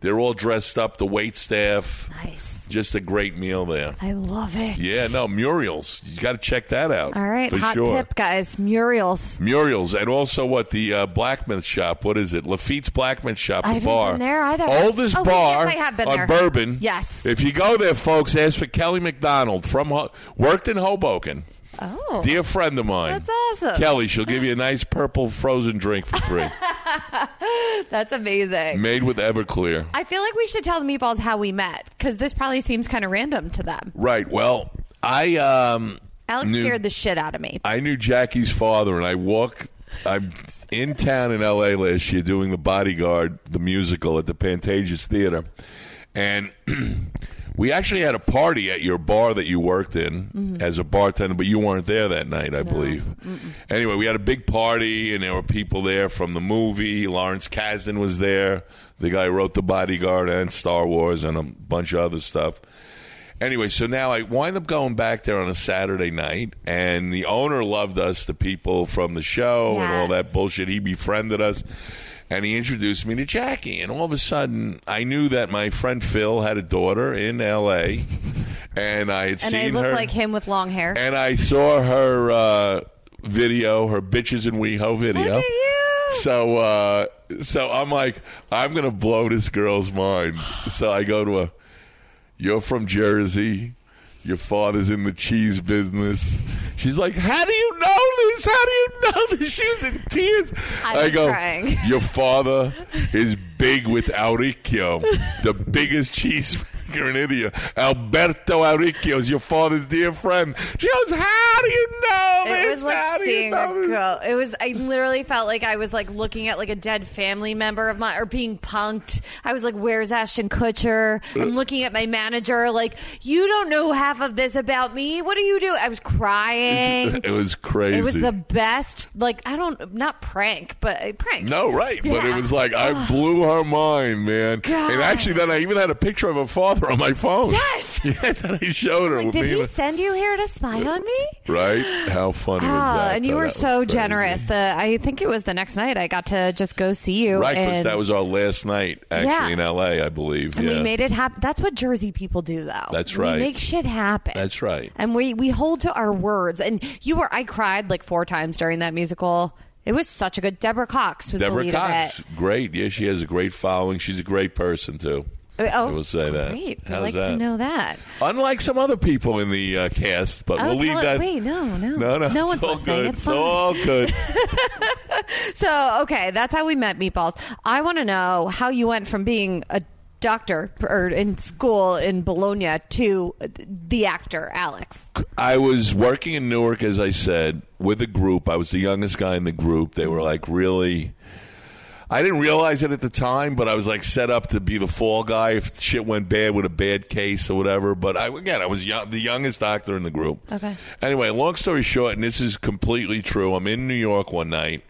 [SPEAKER 3] They're all dressed up, the wait staff.
[SPEAKER 2] Nice.
[SPEAKER 3] Just a great meal there.
[SPEAKER 2] I love it.
[SPEAKER 3] Yeah, no, Muriel's. You got to check that out.
[SPEAKER 2] All right.
[SPEAKER 3] for
[SPEAKER 2] Hot
[SPEAKER 3] sure.
[SPEAKER 2] tip, guys. Muriel's.
[SPEAKER 3] Muriel's, and also what the uh, blacksmith shop? What is it? Lafitte's blacksmith shop,
[SPEAKER 2] I
[SPEAKER 3] the
[SPEAKER 2] haven't
[SPEAKER 3] bar.
[SPEAKER 2] been there either.
[SPEAKER 3] Oldest
[SPEAKER 2] Oh, wait,
[SPEAKER 3] bar
[SPEAKER 2] yes, I have been
[SPEAKER 3] on
[SPEAKER 2] there.
[SPEAKER 3] Bourbon.
[SPEAKER 2] Yes.
[SPEAKER 3] If you go there, folks, ask for Kelly McDonald from Ho- worked in Hoboken.
[SPEAKER 2] Oh.
[SPEAKER 3] Dear friend of mine.
[SPEAKER 2] That's awesome.
[SPEAKER 3] Kelly, she'll give you a nice purple frozen drink for free,
[SPEAKER 2] That's amazing.
[SPEAKER 3] made with Everclear.
[SPEAKER 2] I feel like we should tell the meatballs how we met because this probably seems kind of random to them.
[SPEAKER 3] Right. Well, I um.
[SPEAKER 2] Alex
[SPEAKER 3] knew-
[SPEAKER 2] scared the shit out of me.
[SPEAKER 3] I knew Jackie's father, and I walk. I'm in town in L.A. last year doing the Bodyguard, the musical at the Pantages Theater, and we actually had a party at your bar that you worked in as a bartender, but you weren't there that night, I believe. Anyway, we had a big party, and there were people there from the movie. Lawrence Kasdan was there, the guy who wrote the Bodyguard and Star Wars, and a bunch of other stuff. Anyway, so now I wind up going back there on a Saturday night, and the owner loved us, the people from the show, and all
[SPEAKER 2] Yes.
[SPEAKER 3] that bullshit. He befriended us, and he introduced me to Jackie. And all of a sudden, I knew that my friend Phil had a daughter in L.A., and I had
[SPEAKER 2] And
[SPEAKER 3] seen
[SPEAKER 2] I look
[SPEAKER 3] her.
[SPEAKER 2] like him with long hair.
[SPEAKER 3] And I saw her uh, video, her bitches and WeHo video.
[SPEAKER 2] Look at you.
[SPEAKER 3] So, uh, so I'm like, I'm gonna blow this girl's mind. So I go to a, you're from Jersey, your father's in the cheese business. She's like, how do you know this? How do you know this? She was in tears.
[SPEAKER 2] I was
[SPEAKER 3] go,
[SPEAKER 2] crying.
[SPEAKER 3] your father is big with Auricchio, the biggest cheesemaker in India. Alberto Auricchio is your father's dear friend. She goes, How do you know? know me.
[SPEAKER 2] It was
[SPEAKER 3] How
[SPEAKER 2] like
[SPEAKER 3] do you
[SPEAKER 2] seeing
[SPEAKER 3] know
[SPEAKER 2] a
[SPEAKER 3] me?
[SPEAKER 2] girl. It was. I literally felt like I was like looking at like a dead family member of mine, or being punked. I was like, "Where's Ashton Kutcher?" I'm looking at my manager, like, "You don't know half of this about me. What do you do?" I was crying.
[SPEAKER 3] It was crazy.
[SPEAKER 2] It was the best. Like, I don't not prank, but a prank.
[SPEAKER 3] No, right. But it
[SPEAKER 2] Yeah.
[SPEAKER 3] was like I blew her mind, man. And actually then I even had a picture of her father on my phone.
[SPEAKER 2] Yes!
[SPEAKER 3] Yeah, that I showed her.
[SPEAKER 2] Like,
[SPEAKER 3] with
[SPEAKER 2] did
[SPEAKER 3] me
[SPEAKER 2] he
[SPEAKER 3] like-
[SPEAKER 2] send you here to spy on me?
[SPEAKER 3] right? How funny was
[SPEAKER 2] Ah,
[SPEAKER 3] that?
[SPEAKER 2] and you
[SPEAKER 3] though?
[SPEAKER 2] were
[SPEAKER 3] That was
[SPEAKER 2] so
[SPEAKER 3] crazy.
[SPEAKER 2] generous. The I think it was the next night I got to just go see you.
[SPEAKER 3] Right, because
[SPEAKER 2] and-
[SPEAKER 3] that was our last night
[SPEAKER 2] Yeah.
[SPEAKER 3] actually in LA, I believe.
[SPEAKER 2] And
[SPEAKER 3] yeah.
[SPEAKER 2] we made it happen. That's what Jersey people do, though.
[SPEAKER 3] That's
[SPEAKER 2] We
[SPEAKER 3] right.
[SPEAKER 2] make shit happen.
[SPEAKER 3] That's right.
[SPEAKER 2] And we we hold to our words. And you were, I cried like four times during that musical. It was such a good. Deborah Cox was the
[SPEAKER 3] Deborah
[SPEAKER 2] lead
[SPEAKER 3] Cox,
[SPEAKER 2] of
[SPEAKER 3] great. Yeah, she has a great following. She's a great person too.
[SPEAKER 2] it. Oh,
[SPEAKER 3] I will say that.
[SPEAKER 2] Great. I'd
[SPEAKER 3] How's
[SPEAKER 2] like
[SPEAKER 3] that?
[SPEAKER 2] to know that.
[SPEAKER 3] Unlike some other people in the uh, cast, but
[SPEAKER 2] Oh,
[SPEAKER 3] we'll leave
[SPEAKER 2] tell it-
[SPEAKER 3] that.
[SPEAKER 2] wait, no, no.
[SPEAKER 3] no,
[SPEAKER 2] No
[SPEAKER 3] no, it's
[SPEAKER 2] one's
[SPEAKER 3] all
[SPEAKER 2] listening.
[SPEAKER 3] good.
[SPEAKER 2] It's
[SPEAKER 3] It's
[SPEAKER 2] fine.
[SPEAKER 3] all good.
[SPEAKER 2] So okay, that's how we met Meatballs. I want to know how you went from being a doctor or in school in Bologna to the actor Alex.
[SPEAKER 3] I was working in Newark, as I said, with a group. I was the youngest guy in the group. They were like really. I didn't realize it at the time, but I was like set up to be the fall guy if shit went bad with a bad case or whatever. But I, again, I was young, the youngest doctor in the group.
[SPEAKER 2] Okay.
[SPEAKER 3] Anyway, long story short, and this is completely true. I'm in New York one night.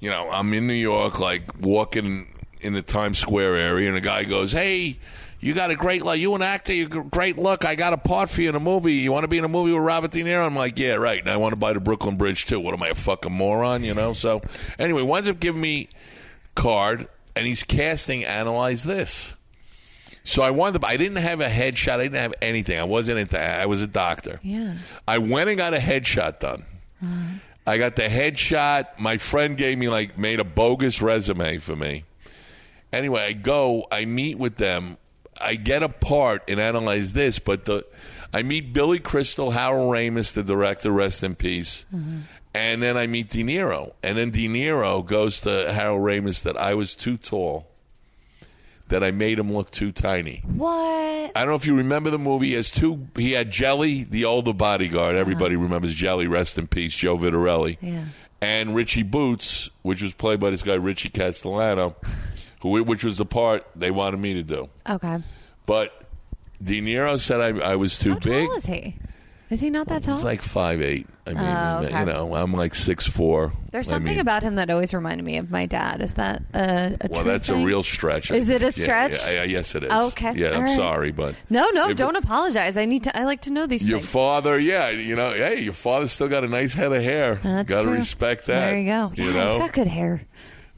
[SPEAKER 3] You know, I'm in New York, like walking in the Times Square area, and a guy goes, "Hey, you got a great look. You an actor? You got great look. I got a part for you in a movie. You want to be in a movie with Robert De Niro?" I'm like, "Yeah, right." And I want to buy the Brooklyn Bridge too. What am I, a fucking moron? You know. So anyway, winds up giving me card, and he's casting. Analyze this. So I wanted. To, I didn't have a headshot. I didn't have anything. I wasn't into. I was a doctor.
[SPEAKER 2] Yeah.
[SPEAKER 3] I went and got a headshot done. I got the headshot. My friend gave me like made a bogus resume for me. Anyway, I go. I meet with them. I get a part and analyze this, but the I meet Billy Crystal, Harold Ramis, the director, rest in peace. And then I meet De Niro, and then De Niro goes to Harold Ramis that I was too tall, that I made him look too tiny.
[SPEAKER 2] What?
[SPEAKER 3] I don't know if you remember the movie. He has two. He had Jelly, the older bodyguard. Everybody remembers Jelly. Rest in peace, Joe Vitarelli.
[SPEAKER 2] Uh-huh. Yeah.
[SPEAKER 3] And Richie Boots, which was played by this guy Richie Castellano, who which was the part they wanted me to do.
[SPEAKER 2] Okay.
[SPEAKER 3] But De Niro said I, I was too
[SPEAKER 2] How
[SPEAKER 3] big.
[SPEAKER 2] tall is he? Is he not that tall?
[SPEAKER 3] He's like five eight. I mean,
[SPEAKER 2] Oh, okay.
[SPEAKER 3] you know, I'm like six four.
[SPEAKER 2] There's something about him that always reminded me of my dad. Is that a, a
[SPEAKER 3] Well,
[SPEAKER 2] true
[SPEAKER 3] that's
[SPEAKER 2] thing?
[SPEAKER 3] a real stretch. I
[SPEAKER 2] Is it
[SPEAKER 3] think.
[SPEAKER 2] a
[SPEAKER 3] Yeah,
[SPEAKER 2] stretch?
[SPEAKER 3] Yeah, yeah, yes, it is.
[SPEAKER 2] Okay.
[SPEAKER 3] Yeah, I'm
[SPEAKER 2] All right.
[SPEAKER 3] sorry, but
[SPEAKER 2] No, no,
[SPEAKER 3] If-
[SPEAKER 2] don't apologize. I need to. I like to know these
[SPEAKER 3] Your
[SPEAKER 2] things.
[SPEAKER 3] father, yeah, you know, hey, your father still got a nice head of hair.
[SPEAKER 2] That's
[SPEAKER 3] Gotta
[SPEAKER 2] true.
[SPEAKER 3] respect that.
[SPEAKER 2] There you go.
[SPEAKER 3] You
[SPEAKER 2] yeah,
[SPEAKER 3] know,
[SPEAKER 2] he's got good hair.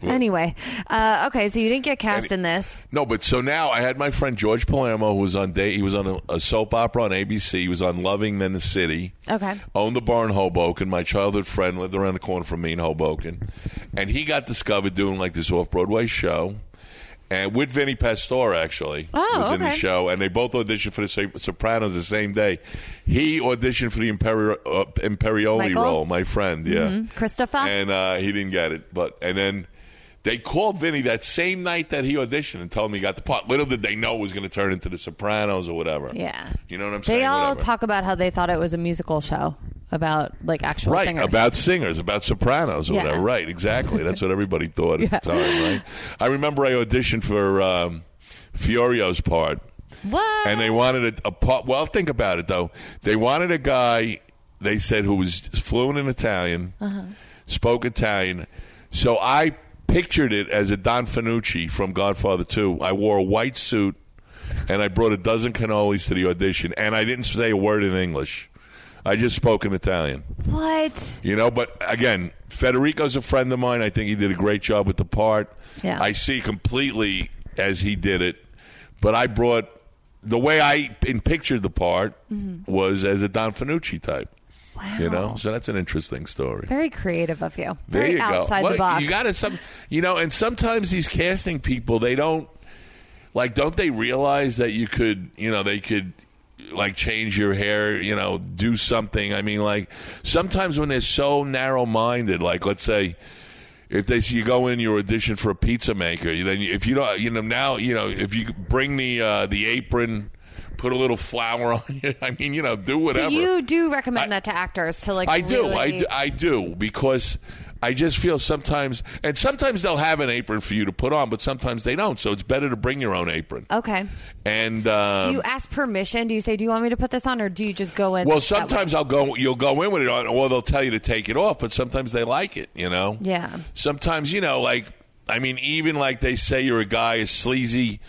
[SPEAKER 2] Anyway, uh, okay, so you didn't get cast
[SPEAKER 3] Any-
[SPEAKER 2] in this.
[SPEAKER 3] no, but so now I had my friend George Palermo, who was on day, he was on a, a soap opera on ABC. He was on Loving Then the City.
[SPEAKER 2] Okay.
[SPEAKER 3] Owned the bar in Hoboken. My childhood friend lived around the corner from me in Hoboken, and he got discovered doing like this off Broadway show. And with Vinnie Pastore, actually,
[SPEAKER 2] Oh,
[SPEAKER 3] was in the
[SPEAKER 2] okay.
[SPEAKER 3] show, and they both auditioned for the Sop- Sopranos the same day. He auditioned for the Imperi- uh, Imperioli
[SPEAKER 2] Michael? Mm-hmm.
[SPEAKER 3] role, my friend, yeah,
[SPEAKER 2] Christopher?
[SPEAKER 3] and uh, he didn't get it. But and then they called Vinny that same night that he auditioned and told him he got the part. Little did they know it was going to turn into The Sopranos or whatever.
[SPEAKER 2] Yeah.
[SPEAKER 3] you know what I'm saying.
[SPEAKER 2] They all
[SPEAKER 3] Whatever.
[SPEAKER 2] talk about how they thought it was a musical show about like actual
[SPEAKER 3] Right,
[SPEAKER 2] singers.
[SPEAKER 3] about singers, about sopranos or
[SPEAKER 2] Yeah.
[SPEAKER 3] whatever. Right, exactly. That's what everybody thought at the time, right? I remember I auditioned for um, Fiorio's part,
[SPEAKER 2] what?
[SPEAKER 3] and they wanted a, a part. Well, think about it, though. They wanted a guy, they said, who was fluent in Italian, spoke Italian. So I pictured it as a Don Finucci from Godfather 2. I wore a white suit, and I brought a dozen cannolis to the audition, and I didn't say a word in English. I just spoke in Italian.
[SPEAKER 2] what?
[SPEAKER 3] You know, but again, Federico's a friend of mine. I think he did a great job with the part.
[SPEAKER 2] Yeah.
[SPEAKER 3] I see completely as he did it, but I brought the way I in pictured the part was as a Don Finucci type.
[SPEAKER 2] Mm-hmm. Wow.
[SPEAKER 3] You know, so that's an interesting story.
[SPEAKER 2] Very creative of you.
[SPEAKER 3] There
[SPEAKER 2] Very
[SPEAKER 3] you go.
[SPEAKER 2] outside
[SPEAKER 3] Well,
[SPEAKER 2] the box.
[SPEAKER 3] You got to some, you know, and sometimes these casting people they don't like. Don't they realize that you could, you know, they could like change your hair, you know, do something. I mean, like sometimes when they're so narrow minded, like let's say. If they see you go in, you audition for a pizza maker. you- Then, you- if you don't, you know now, you know if you bring the uh, the apron, put a little flower on it. I mean, you know, do whatever.
[SPEAKER 5] So you do recommend
[SPEAKER 3] I-
[SPEAKER 5] that to actors to like.
[SPEAKER 3] I do, I
[SPEAKER 5] really-
[SPEAKER 3] do, I do, because I just feel sometimes, and sometimes they'll have an apron for you to put on, but sometimes they don't. So it's better to bring your own apron.
[SPEAKER 5] Okay.
[SPEAKER 3] And uh,
[SPEAKER 5] Oh. Do you ask permission? Do you say, "Do you want me to put this on," or do you just go in?
[SPEAKER 3] well,
[SPEAKER 5] that
[SPEAKER 3] sometimes
[SPEAKER 5] way?
[SPEAKER 3] I'll go. You'll go in with it, on, or they'll tell you to take it off. But sometimes they like it, you know.
[SPEAKER 5] Yeah.
[SPEAKER 3] Sometimes you know, like I mean, even like they say you're a guy a sleazy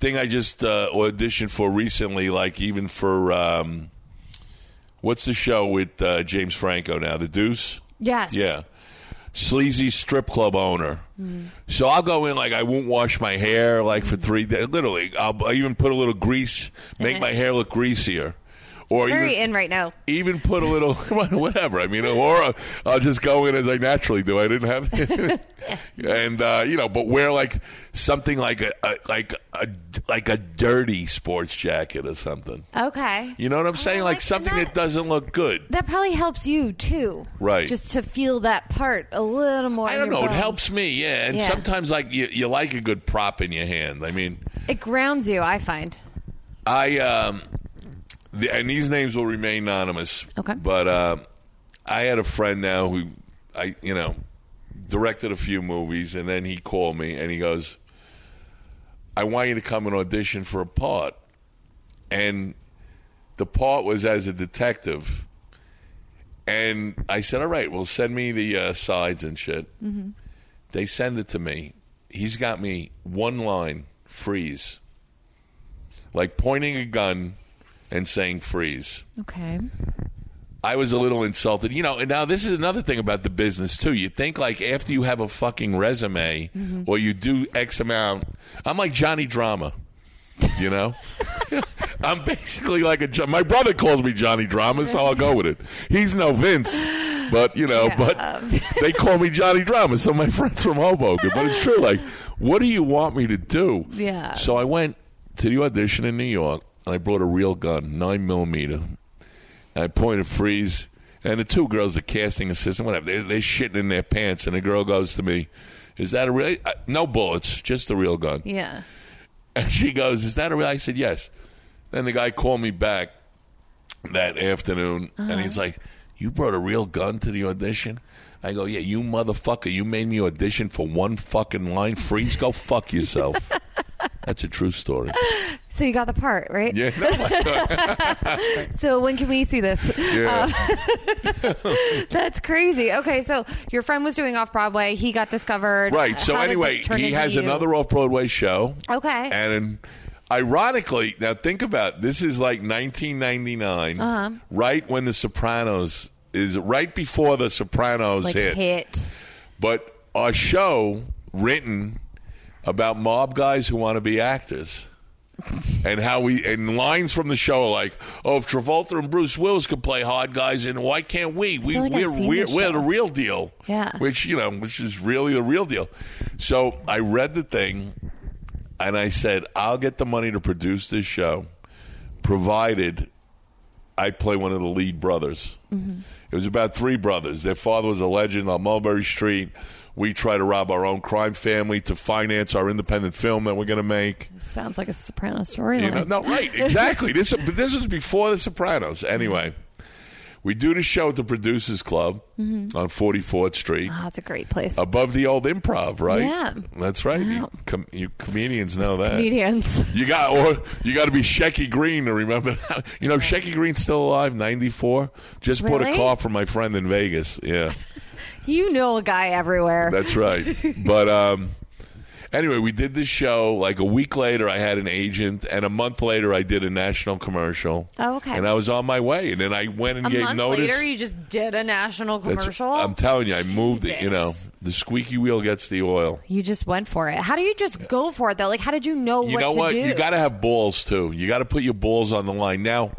[SPEAKER 3] thing. I just uh, auditioned for recently, like even for um, what's the show with uh, James Franco now, The Deuce.
[SPEAKER 5] Yes.
[SPEAKER 3] Yeah. Sleazy strip club owner. So I'll go in like I won't wash my hair like for three days. Literally, I'll, I'll even put a little grease, make my hair look greasier, or
[SPEAKER 5] Uh-huh. Very
[SPEAKER 3] even,
[SPEAKER 5] in right now.
[SPEAKER 3] even put a little whatever. I mean, or I'll just go in as I naturally do. I didn't have, and uh, you know, but wear like something like a, a like a like a dirty sports jacket or something.
[SPEAKER 5] Okay.
[SPEAKER 3] You know what I'm saying? Like
[SPEAKER 5] like
[SPEAKER 3] something
[SPEAKER 5] that.
[SPEAKER 3] that doesn't look good.
[SPEAKER 5] That probably helps you too,
[SPEAKER 3] Right.
[SPEAKER 5] Just to feel that part a little more.
[SPEAKER 3] I
[SPEAKER 5] in
[SPEAKER 3] don't
[SPEAKER 5] your
[SPEAKER 3] know. It
[SPEAKER 5] bones.
[SPEAKER 3] helps me, yeah. And
[SPEAKER 5] Yeah.
[SPEAKER 3] sometimes, like you, you like a good prop in your hand. I mean,
[SPEAKER 5] It grounds you. I find.
[SPEAKER 3] I um, the, and these names will remain anonymous.
[SPEAKER 5] Okay.
[SPEAKER 3] But um, I had a friend now who I, you know, directed a few movies, and then he called me and he goes, "I want you to come and audition for a part," and the part was as a detective. And I said, "All right, well, send me the uh, sides and shit." They send it to me. He's got me one line: freeze like pointing a gun and saying freeze.
[SPEAKER 5] Okay.
[SPEAKER 3] I was a little insulted. You know, and now this is another thing about the business too. You think like after you have a fucking resume
[SPEAKER 5] Mm-hmm.
[SPEAKER 3] or you do X amount, I'm like Johnny Drama. You know? I'm basically like a Jo- my brother calls me Johnny Drama, so I'll go with it. He's no Vince, but you know,
[SPEAKER 5] Yeah, um.
[SPEAKER 3] but they call me Johnny Drama. So my friends from Hoboken, but it's true. Like, what do you want me to do?
[SPEAKER 5] Yeah.
[SPEAKER 3] So I went to the audition in New York, and I brought a real gun, nine millimeter. I pointed freeze, and the two girls, the casting assistant, whatever, they, they're shitting in their pants, and the girl goes to me, "Is that a real? Uh, no bullets, just a real gun."
[SPEAKER 5] Yeah.
[SPEAKER 3] And she goes, "Is that a real?" I said, "Yes." Then the guy called me back that afternoon, and he's like, "You brought a real gun to the audition?" I go, "Yeah, you motherfucker! You made me audition for one fucking line. Freeze, go fuck yourself." That's a true story.
[SPEAKER 5] So you got the part, right?
[SPEAKER 3] Yeah, no, I thought-
[SPEAKER 5] So when can we see this? Uh,
[SPEAKER 3] yeah.
[SPEAKER 5] That's crazy. Okay, so your friend was doing off Broadway. He got discovered.
[SPEAKER 3] right. So
[SPEAKER 5] How did
[SPEAKER 3] anyway,
[SPEAKER 5] this turn
[SPEAKER 3] he
[SPEAKER 5] into
[SPEAKER 3] has
[SPEAKER 5] you?
[SPEAKER 3] another off-Broadway show.
[SPEAKER 5] Okay.
[SPEAKER 3] And ironically, now think about it. this is like 1999,
[SPEAKER 5] Uh-huh.
[SPEAKER 3] right when The Sopranos is right before The Sopranos
[SPEAKER 5] like
[SPEAKER 3] hit.
[SPEAKER 5] hit.
[SPEAKER 3] But a show written about mob guys who want to be actors. And how we and lines from the show are like, oh, if Travolta and Bruce Willis could play hard guys, and why can't we? We
[SPEAKER 5] feel like I've
[SPEAKER 3] we're
[SPEAKER 5] seen
[SPEAKER 3] we're,
[SPEAKER 5] this
[SPEAKER 3] we're
[SPEAKER 5] show.
[SPEAKER 3] the real deal.
[SPEAKER 5] Yeah.
[SPEAKER 3] Which you know, which is really the real deal. So I read the thing, and I said, I'll get the money to produce this show, provided I play one of the lead brothers. It was about three brothers. Their father was a legend on Mulberry Street. We try to rob our own crime family to finance our independent film that we're going to make.
[SPEAKER 5] Sounds like a Soprano
[SPEAKER 3] You know,
[SPEAKER 5] storyline.
[SPEAKER 3] no, right, exactly. this but this was before The Sopranos. Anyway, we do the show at the Producers Club on Forty Fourth Street,
[SPEAKER 2] Ah,
[SPEAKER 5] Oh, that's a great place.
[SPEAKER 3] above the old Improv, right?
[SPEAKER 5] Yeah.
[SPEAKER 3] that's right. You,
[SPEAKER 5] Wow.
[SPEAKER 3] com- you comedians know that.
[SPEAKER 5] Comedians.
[SPEAKER 3] You got or you got to be Shecky Green to remember. That. You know, Shecky Green's still alive, ninety four. Just bought a
[SPEAKER 5] Really?
[SPEAKER 3] car from my friend in Vegas. Yeah,
[SPEAKER 5] You know a guy everywhere.
[SPEAKER 3] that's right. but um, anyway, we did this show. Like a week later, I had an agent, and a month later, I did a national commercial.
[SPEAKER 5] Oh, okay.
[SPEAKER 3] And I was on my way, and then I went and
[SPEAKER 5] a
[SPEAKER 3] gave
[SPEAKER 5] month
[SPEAKER 3] notice.
[SPEAKER 5] later, you just did a national
[SPEAKER 3] That's-
[SPEAKER 5] commercial.
[SPEAKER 3] I'm telling you, I moved it. You know,
[SPEAKER 5] Jesus.
[SPEAKER 3] the squeaky wheel gets the oil.
[SPEAKER 5] you just went for it. How do you just go for it though? Like, how did you know
[SPEAKER 3] you
[SPEAKER 5] what
[SPEAKER 3] know
[SPEAKER 5] to
[SPEAKER 3] what?
[SPEAKER 5] do?
[SPEAKER 3] You got to have balls too. You got to put your balls on the line now.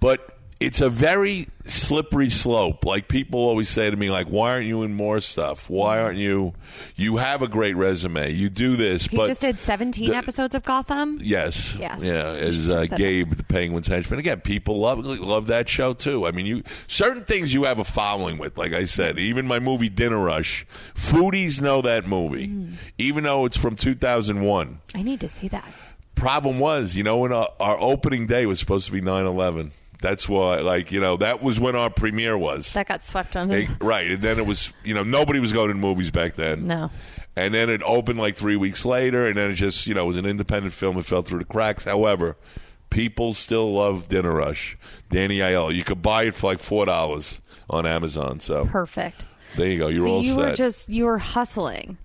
[SPEAKER 3] But it's a very slippery slope. Like people always say to me, like, "Why aren't you in more stuff? Why aren't you? You have a great resume. You do this,
[SPEAKER 5] he
[SPEAKER 3] but
[SPEAKER 5] just did 17
[SPEAKER 3] the-
[SPEAKER 5] episodes of Gotham.
[SPEAKER 3] Yes.
[SPEAKER 5] Yes.
[SPEAKER 3] Yeah, as uh, Gabe, the Penguins henchman. Again, people love love that show too. I mean, you certain things you have a following with. Like I said, even my movie Dinner Rush,
[SPEAKER 5] Mm.
[SPEAKER 3] foodies know that movie, even though it's from two thousand one
[SPEAKER 5] I need to see that.
[SPEAKER 3] problem was, you know, when our, our opening day was supposed to be 9 11. That's why, like, you know, that was when our premiere was.
[SPEAKER 2] That got swept under.
[SPEAKER 3] They- right. And then it was, you know, nobody was going to movies back then.
[SPEAKER 2] No.
[SPEAKER 3] And then it opened like three weeks later, and then it just, you know, was an independent film. It fell through the cracks. However, people still love Dinner Rush. Danny Aiello. You could buy it for like $4 on Amazon. So
[SPEAKER 2] Perfect.
[SPEAKER 3] there you go. You're
[SPEAKER 2] so
[SPEAKER 3] all
[SPEAKER 2] you
[SPEAKER 3] set.
[SPEAKER 2] were just you were hustling.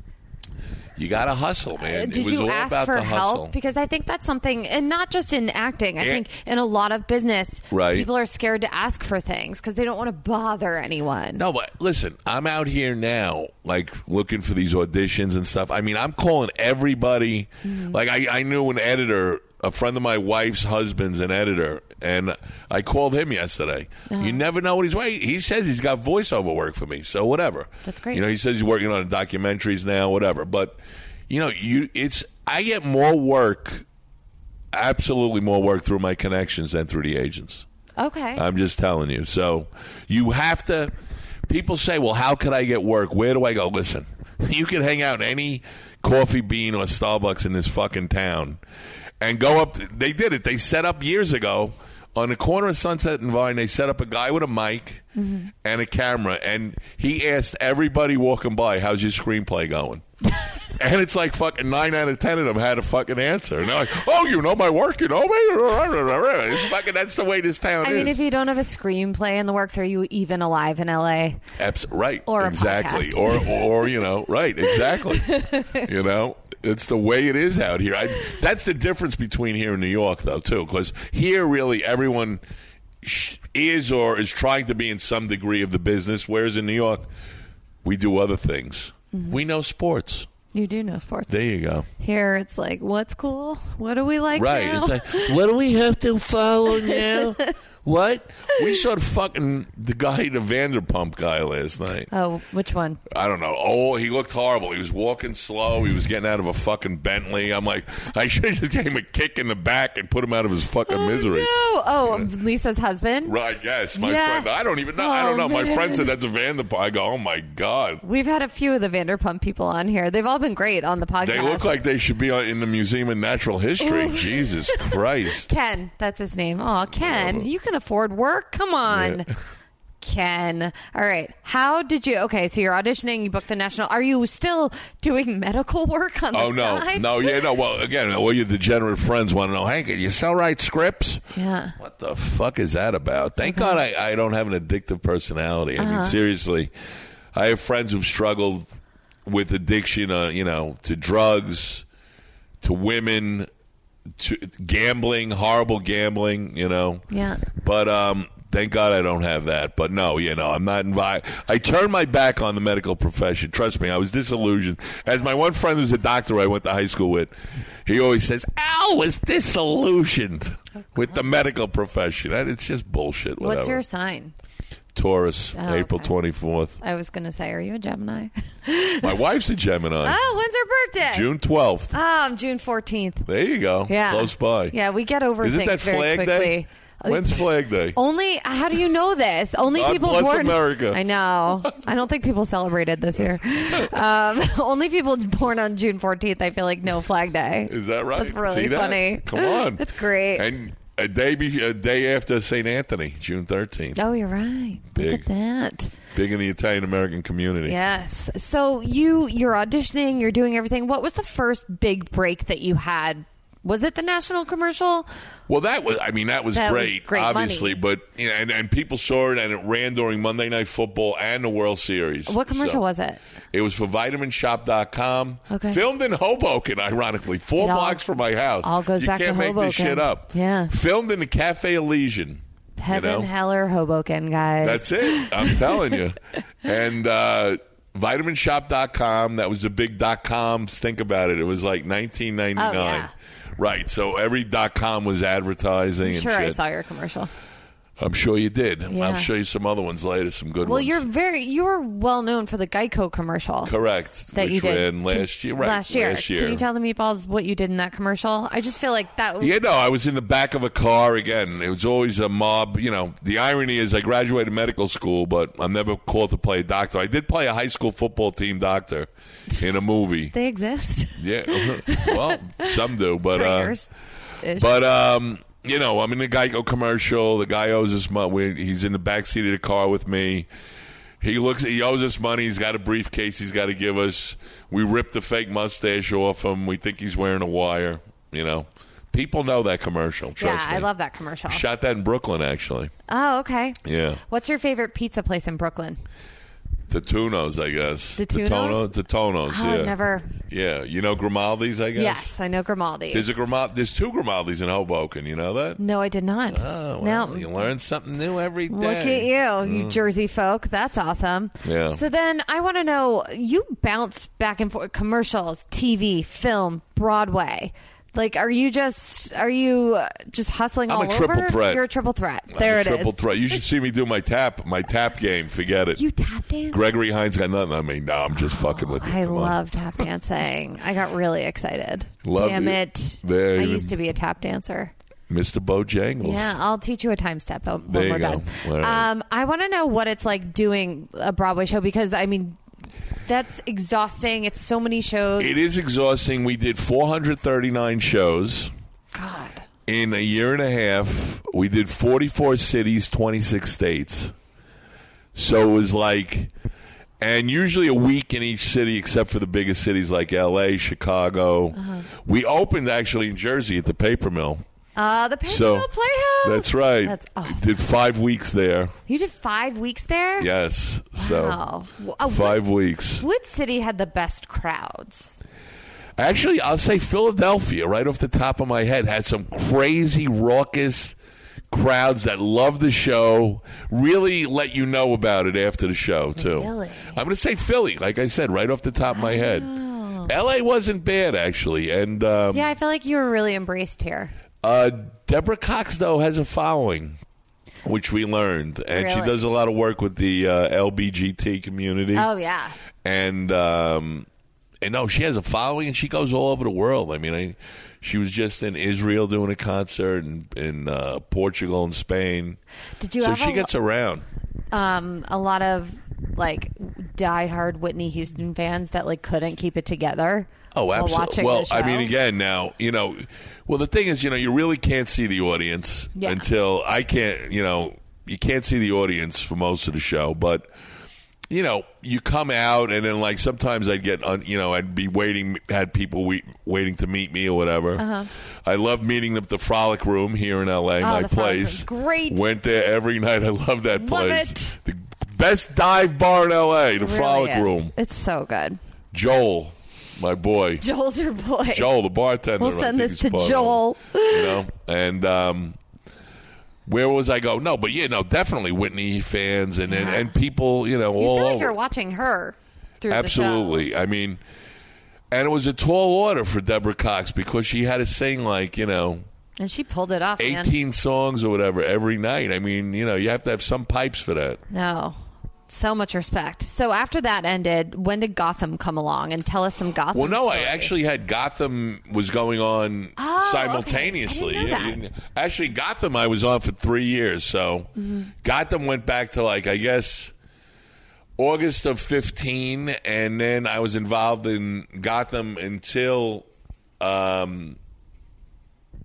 [SPEAKER 3] you got to hustle, man. it
[SPEAKER 2] Uh, Did
[SPEAKER 3] was
[SPEAKER 2] you
[SPEAKER 3] all
[SPEAKER 2] ask
[SPEAKER 3] about
[SPEAKER 2] for
[SPEAKER 3] the
[SPEAKER 2] help?
[SPEAKER 3] hustle.
[SPEAKER 2] Because I think that's something, and not just in acting. I
[SPEAKER 3] Yeah.
[SPEAKER 2] think in a lot of business,
[SPEAKER 3] Right.
[SPEAKER 2] people are scared to ask for things because they don't want to bother anyone.
[SPEAKER 3] No, but listen, I'm out here now, like looking for these auditions and stuff. I mean, I'm calling everybody.
[SPEAKER 2] Mm-hmm.
[SPEAKER 3] Like, I, I knew an editor, a friend of my wife's husband's an editor, and I called him yesterday.
[SPEAKER 2] Uh-huh.
[SPEAKER 3] You never know what he's waiting. He says he's got voiceover work for me, so whatever.
[SPEAKER 2] That's great.
[SPEAKER 3] You know, he says he's working on documentaries now, whatever. But you know, you it's I get more work, absolutely more work through my connections than through the agents.
[SPEAKER 2] Okay.
[SPEAKER 3] I'm just telling you. So you have to. People say, "Well, how could I get work? Where do I go?" Listen, you can hang out in any coffee bean or Starbucks in this fucking town, and go up. They did it. They set up years ago on the corner of Sunset and Vine. They set up a guy with a mic
[SPEAKER 2] Mm-hmm.
[SPEAKER 3] and a camera, and he asked everybody walking by, "How's your screenplay going?" And it's like fucking nine out of ten of them had a fucking answer. And they're like, "Oh, you know my work, you know me." It's fucking that's the way this town
[SPEAKER 2] I
[SPEAKER 3] is.
[SPEAKER 2] mean, if you don't have a screenplay in the works, are you even alive in LA?
[SPEAKER 3] Abs- right.
[SPEAKER 2] Or a
[SPEAKER 3] exactly.
[SPEAKER 2] podcast.
[SPEAKER 3] Or or you know, right, exactly. you know, it's the way it is out here. I, that's the difference between here and New York though too cuz here really everyone sh- is or is trying to be in some degree of the business whereas in New York we do other things.
[SPEAKER 2] Mm-hmm.
[SPEAKER 3] We know sports.
[SPEAKER 2] You do know sports.
[SPEAKER 3] There you go.
[SPEAKER 2] Here, it's like, what's cool? What do we like
[SPEAKER 3] Right.
[SPEAKER 2] now?
[SPEAKER 3] It's like, what do we have to follow now? what? We saw the fucking the guy, the Vanderpump guy last night.
[SPEAKER 2] oh, which one?
[SPEAKER 3] I don't know. Oh, he looked horrible. He was walking slow. He was getting out of a fucking Bentley. I'm like, I should have just gave him a kick in the back and put him out of his fucking misery.
[SPEAKER 2] Oh, no. oh Lisa's husband.
[SPEAKER 3] Right, I guess. My
[SPEAKER 2] Yeah.
[SPEAKER 3] friend, I don't even know. I
[SPEAKER 2] Oh,
[SPEAKER 3] don't know. My
[SPEAKER 2] man.
[SPEAKER 3] friend said that's a Vanderpump. I go, oh my God.
[SPEAKER 2] We've had a few of the Vanderpump people on here. They've all been great on the podcast.
[SPEAKER 3] They look like they should be on- in the Museum of Natural History. Jesus Christ.
[SPEAKER 2] Ken. That's his name. Oh, Ken, you can afford work. Come on. Ken. All right. How did you? Okay, so you're auditioning. You booked the national. Are you still doing medical work on the
[SPEAKER 3] Oh no,
[SPEAKER 2] side?
[SPEAKER 3] no, yeah, no. Well, again, all your degenerate friends want to know, hey, can you still write scripts?
[SPEAKER 2] Yeah. Uh-huh.
[SPEAKER 3] What the fuck is that about? Thank God I, I don't have an addictive personality. I mean, seriously, I have friends who've struggled with addiction, uh, you know, to drugs, to women, to gambling, horrible gambling, you know.
[SPEAKER 2] Yeah.
[SPEAKER 3] But um, thank God I don't have that. But no, you know, I'm not invited. I turned my back on the medical profession. Trust me, I was disillusioned. As my one friend who's a doctor I went to high school with, he always says, I was disillusioned with the medical profession. And it's just bullshit. Whatever.
[SPEAKER 2] Oh, What's your sign?
[SPEAKER 3] Taurus,
[SPEAKER 2] Oh,
[SPEAKER 3] April
[SPEAKER 2] okay.
[SPEAKER 3] 24th.
[SPEAKER 2] I was gonna say, are you a Gemini?
[SPEAKER 3] My wife's a Gemini.
[SPEAKER 2] oh, when's her birthday?
[SPEAKER 3] June 12th.
[SPEAKER 2] Oh, I'm June 14th.
[SPEAKER 3] There you go.
[SPEAKER 2] Yeah,
[SPEAKER 3] Close by.
[SPEAKER 2] Yeah, we get over
[SPEAKER 3] Isn't
[SPEAKER 2] things
[SPEAKER 3] that
[SPEAKER 2] very
[SPEAKER 3] Flag
[SPEAKER 2] quickly.
[SPEAKER 3] Day?
[SPEAKER 2] Uh,
[SPEAKER 3] When's Flag Day?
[SPEAKER 2] Only how do you know this? Only
[SPEAKER 3] God
[SPEAKER 2] people
[SPEAKER 3] bless
[SPEAKER 2] born
[SPEAKER 3] America.
[SPEAKER 2] I know. I don't think people celebrated this year. Um, only people born on June 14th. I feel like no Flag Day.
[SPEAKER 3] Is that right?
[SPEAKER 2] That's really
[SPEAKER 3] See that?
[SPEAKER 2] funny.
[SPEAKER 3] Come on,
[SPEAKER 2] That's great.
[SPEAKER 3] And a day be- a day after St. Anthony, June thirteenth,
[SPEAKER 2] oh, you're right. Look
[SPEAKER 3] Big.
[SPEAKER 2] at that.
[SPEAKER 3] big in the Italian American community.
[SPEAKER 2] Yes. So you you're auditioning. You're doing everything. What was the first big break that you had? Was it the national commercial?
[SPEAKER 3] Well, that was I mean that was
[SPEAKER 2] That was
[SPEAKER 3] great,
[SPEAKER 2] great
[SPEAKER 3] obviously,
[SPEAKER 2] money.
[SPEAKER 3] but you know, and and people saw it and it ran during Monday Night Football and the World Series.
[SPEAKER 2] What commercial
[SPEAKER 3] So-
[SPEAKER 2] was it?
[SPEAKER 3] It was for vitaminshop.com.
[SPEAKER 2] Okay.
[SPEAKER 3] Filmed in Hoboken, ironically, four
[SPEAKER 2] It all-
[SPEAKER 3] blocks from my house.
[SPEAKER 2] all goes
[SPEAKER 3] you
[SPEAKER 2] back to
[SPEAKER 3] can't make this
[SPEAKER 2] Hoboken.
[SPEAKER 3] shit up.
[SPEAKER 2] Yeah.
[SPEAKER 3] Filmed in the Cafe Elysian. you
[SPEAKER 2] Heaven
[SPEAKER 3] know?
[SPEAKER 2] Heller Hoboken guys.
[SPEAKER 3] That's it. I'm telling you. And uh, vitaminshop.com, that was the big dot coms. Think about it. It was like 1999.
[SPEAKER 2] Oh, yeah.
[SPEAKER 3] Right. So every dot com was advertising
[SPEAKER 2] I'm
[SPEAKER 3] and
[SPEAKER 2] sure
[SPEAKER 3] shit.
[SPEAKER 2] I saw your commercial.
[SPEAKER 3] I'm sure you did.
[SPEAKER 2] Yeah.
[SPEAKER 3] I'll show you some other ones later, some good
[SPEAKER 2] Well,
[SPEAKER 3] ones.
[SPEAKER 2] you're very you're well known for the Geico commercial.
[SPEAKER 3] correct.
[SPEAKER 2] That
[SPEAKER 3] which
[SPEAKER 2] you did
[SPEAKER 3] ran last
[SPEAKER 2] Can-
[SPEAKER 3] year, right?
[SPEAKER 2] Last year.
[SPEAKER 3] Last year.
[SPEAKER 2] Can you tell the meatballs what you did in that commercial? I just feel like that.
[SPEAKER 3] Yeah, no, I was in the back of a car again. It was always a mob. You know, the irony is I graduated medical school, but I'm never called to play a doctor. I did play a high school football team doctor in a movie.
[SPEAKER 2] They exist.
[SPEAKER 3] yeah, well, some do, but uh,
[SPEAKER 2] Trainers. Ish.
[SPEAKER 3] but um, you know, I'm in the Geico commercial. The guy owes us money. He's in the back seat of the car with me. He looks. He owes us money. He's got a briefcase. He's got to give us. We rip the fake mustache off him. We think he's wearing a wire. You know, people know that commercial. Trust
[SPEAKER 2] yeah,
[SPEAKER 3] me.
[SPEAKER 2] I love that commercial.
[SPEAKER 3] Shot that in Brooklyn, actually.
[SPEAKER 2] oh, okay.
[SPEAKER 3] Yeah,
[SPEAKER 2] What's your favorite pizza place in Brooklyn?
[SPEAKER 3] the Tunos, I guess. The
[SPEAKER 2] Tunos?
[SPEAKER 3] Tono- The Tonos.
[SPEAKER 2] Oh,
[SPEAKER 3] yeah.
[SPEAKER 2] I've never.
[SPEAKER 3] Yeah, you know Grimaldi's, I guess.
[SPEAKER 2] Yes, I know Grimaldi.
[SPEAKER 3] There's a Grimaldi. There's two Grimaldis in Hoboken. You know that?
[SPEAKER 2] no, I did not.
[SPEAKER 3] Oh, well,
[SPEAKER 2] no,
[SPEAKER 3] you learn something new every day. Mm.
[SPEAKER 2] Look at you, you Jersey folk. That's awesome.
[SPEAKER 3] Yeah.
[SPEAKER 2] So then I want to know you bounce back and forth commercials, TV, film, Broadway. Like, are you just are you uh, just hustling
[SPEAKER 3] I'm
[SPEAKER 2] all
[SPEAKER 3] a triple
[SPEAKER 2] over?
[SPEAKER 3] threat.
[SPEAKER 2] You're a triple threat.
[SPEAKER 3] I'm
[SPEAKER 2] there
[SPEAKER 3] a
[SPEAKER 2] it is.
[SPEAKER 3] triple threat. You should see me do my tap, my tap game. Forget it.
[SPEAKER 2] You tap dance.
[SPEAKER 3] Gregory Hines got nothing on me. No, I'm just fucking with you.
[SPEAKER 2] I
[SPEAKER 3] Come on.
[SPEAKER 2] love tap dancing. I got really excited.
[SPEAKER 3] Love
[SPEAKER 2] Damn
[SPEAKER 3] it.
[SPEAKER 2] it!
[SPEAKER 3] There
[SPEAKER 2] I
[SPEAKER 3] you-
[SPEAKER 2] used to be a tap dancer.
[SPEAKER 3] Mr. Bojangles.
[SPEAKER 2] Yeah, I'll teach you a time step o- when
[SPEAKER 3] There you
[SPEAKER 2] we're
[SPEAKER 3] go.
[SPEAKER 2] done.
[SPEAKER 3] All right.
[SPEAKER 2] Um, I want to know what it's like doing a Broadway show because I mean, that's exhausting. It's so many shows.
[SPEAKER 3] It is exhausting. We did 439 shows
[SPEAKER 2] God,
[SPEAKER 3] in a year and a half. We did 44 cities, 26 states. So it was like, and usually a week in each city, except for the biggest cities like L.A., Chicago.
[SPEAKER 2] Uh-huh.
[SPEAKER 3] We opened actually in Jersey at the Paper Mill.
[SPEAKER 2] uh, the Paper
[SPEAKER 3] So
[SPEAKER 2] Mill Playhouse.
[SPEAKER 3] That's right.
[SPEAKER 2] That's awesome.
[SPEAKER 3] Did five weeks there.
[SPEAKER 2] You did five weeks there.
[SPEAKER 3] Yes.
[SPEAKER 2] Wow.
[SPEAKER 3] So
[SPEAKER 2] Wh- uh,
[SPEAKER 3] five Um, weeks.
[SPEAKER 2] Wood City had the best crowds.
[SPEAKER 3] Actually, I'll say Philadelphia, right off the top of my head, had some crazy raucous crowds that loved the show. Really let you know about it after the show too.
[SPEAKER 2] Really?
[SPEAKER 3] I'm going to say Philly, like I said, right off the top of my head. L.A. wasn't bad actually, and um,
[SPEAKER 2] Oh. Yeah, I feel like you were really embraced here.
[SPEAKER 3] Uh, Deborah Cox, though, has a following, which we learned. And she
[SPEAKER 2] Really?
[SPEAKER 3] does a lot of work with the uh, LBGT community.
[SPEAKER 2] Oh yeah.
[SPEAKER 3] And, um, and no, she has a following and she goes all over the world. I mean, I, she was just in Israel doing a concert and in uh, Portugal and Spain.
[SPEAKER 2] Did you
[SPEAKER 3] so
[SPEAKER 2] have
[SPEAKER 3] she
[SPEAKER 2] a,
[SPEAKER 3] gets around.
[SPEAKER 2] um, a lot of like diehard Whitney Houston fans that like couldn't keep it together?
[SPEAKER 3] Oh,
[SPEAKER 2] while
[SPEAKER 3] absolutely.
[SPEAKER 2] watching
[SPEAKER 3] Well,
[SPEAKER 2] the show?
[SPEAKER 3] I mean, again, now you know. Well, the thing is, you know, you really can't see the audience
[SPEAKER 2] Yeah.
[SPEAKER 3] until I can't. You know, you can't see the audience for most of the show, but you know, you come out and then like sometimes I'd get, un, you know, I'd be waiting, had people we, waiting to meet me or whatever.
[SPEAKER 2] Uh-huh.
[SPEAKER 3] I love meeting them at the Frolic Room here in L.A. my
[SPEAKER 2] Oh, the Frolic
[SPEAKER 3] place.
[SPEAKER 2] Room. Great.
[SPEAKER 3] Went there every night. I love that
[SPEAKER 2] Love
[SPEAKER 3] place.
[SPEAKER 2] it.
[SPEAKER 3] The best dive bar in L.A. The
[SPEAKER 2] Really
[SPEAKER 3] Frolic
[SPEAKER 2] is.
[SPEAKER 3] Room.
[SPEAKER 2] It's so good.
[SPEAKER 3] Joel, my boy.
[SPEAKER 2] Joel's your boy.
[SPEAKER 3] Joel, the bartender.
[SPEAKER 2] We'll
[SPEAKER 3] I
[SPEAKER 2] send
[SPEAKER 3] think
[SPEAKER 2] this
[SPEAKER 3] is
[SPEAKER 2] to
[SPEAKER 3] part of it,
[SPEAKER 2] Joel.
[SPEAKER 3] You know, and um, where was I go? No, but yeah, no, definitely Whitney fans and and, and people, you know,
[SPEAKER 2] You
[SPEAKER 3] all
[SPEAKER 2] feel like
[SPEAKER 3] over.
[SPEAKER 2] you're watching her through the show.
[SPEAKER 3] Absolutely, I mean, and it was a tall order for Deborah Cox because she had to sing like you know
[SPEAKER 2] And she pulled it off, man.
[SPEAKER 3] eighteen songs or whatever every night. I mean, you know, you have to have some pipes for that.
[SPEAKER 2] No. So much respect. So after that ended, when did Gotham come along? And tell us some Gotham.
[SPEAKER 3] Well, no, I
[SPEAKER 2] stories.
[SPEAKER 3] actually had Gotham was going on
[SPEAKER 2] Oh, okay.
[SPEAKER 3] simultaneously.
[SPEAKER 2] I didn't know
[SPEAKER 3] Yeah,
[SPEAKER 2] that.
[SPEAKER 3] you actually, Gotham I was on for three years, so
[SPEAKER 2] Mm-hmm.
[SPEAKER 3] Gotham went back to like I guess August of fifteen, and then I was involved in Gotham until. Um,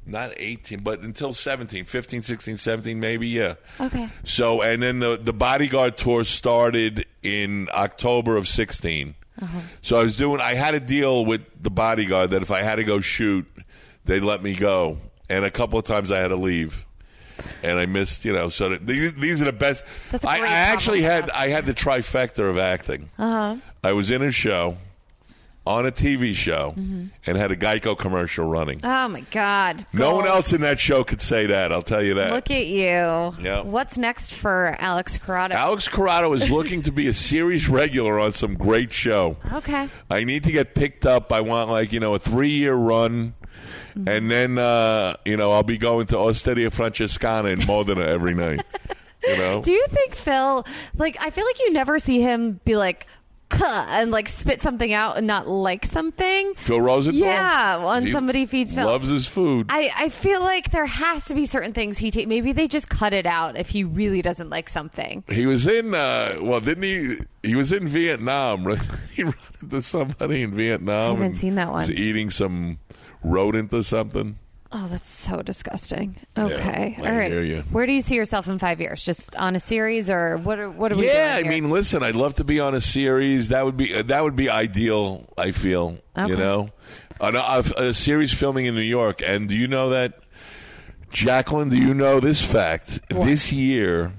[SPEAKER 3] not 18 but until 17 15 16 17 maybe yeah
[SPEAKER 2] Okay.
[SPEAKER 3] so and then the the bodyguard tour started in October of 16
[SPEAKER 2] Uh-huh.
[SPEAKER 3] so I was doing I had a deal with the bodyguard that if I had to go shoot they'd let me go and a couple of times I had to leave and I missed you know so that, these, these are the best
[SPEAKER 2] That's a
[SPEAKER 3] I, I
[SPEAKER 2] great
[SPEAKER 3] actually
[SPEAKER 2] problem
[SPEAKER 3] had
[SPEAKER 2] to
[SPEAKER 3] I had the trifecta of acting uh-huh. I was in a show on a TV show and had a Geico commercial running
[SPEAKER 2] Mm-hmm. Oh my God.
[SPEAKER 3] no
[SPEAKER 2] Gold.
[SPEAKER 3] one else in that show could say that. I'll tell you that.
[SPEAKER 2] Look at you.
[SPEAKER 3] Yeah.
[SPEAKER 2] What's next for Alex Carrado?
[SPEAKER 3] Alex Corrado is looking to be a series regular on some great show.
[SPEAKER 2] okay.
[SPEAKER 3] I need to get picked up. I want like you know a three year run, and then uh, you know I'll be going to Osteria Francescana in Modena every night. You know?
[SPEAKER 2] Do you think Phil, like, I feel like you never see him be like, "Cuh," and like spit something out and not like something.
[SPEAKER 3] Phil Rosenthal?
[SPEAKER 2] Yeah, on
[SPEAKER 3] He
[SPEAKER 2] Somebody Feeds Phil.
[SPEAKER 3] Loves his food.
[SPEAKER 2] I, I feel like there has to be certain things he take. Maybe they just cut it out if he really doesn't like something.
[SPEAKER 3] he was in, uh, well, didn't he? He was in Vietnam. Right? he ran into somebody in Vietnam.
[SPEAKER 2] I haven't
[SPEAKER 3] and
[SPEAKER 2] seen that one.
[SPEAKER 3] was eating some rodent or something.
[SPEAKER 2] Oh, that's so disgusting. Okay,
[SPEAKER 3] I
[SPEAKER 2] all right.
[SPEAKER 3] hear you.
[SPEAKER 2] Where do you see yourself in five years? Just on a series, or what? Are, what are we?
[SPEAKER 3] yeah, I
[SPEAKER 2] doing here?
[SPEAKER 3] mean, listen, I'd love to be on a series. That would be uh, that would be ideal. I feel
[SPEAKER 2] Okay.
[SPEAKER 3] you know, An- a, a series filming in New York. And do you know that, Jacqueline? Do you know this fact? This year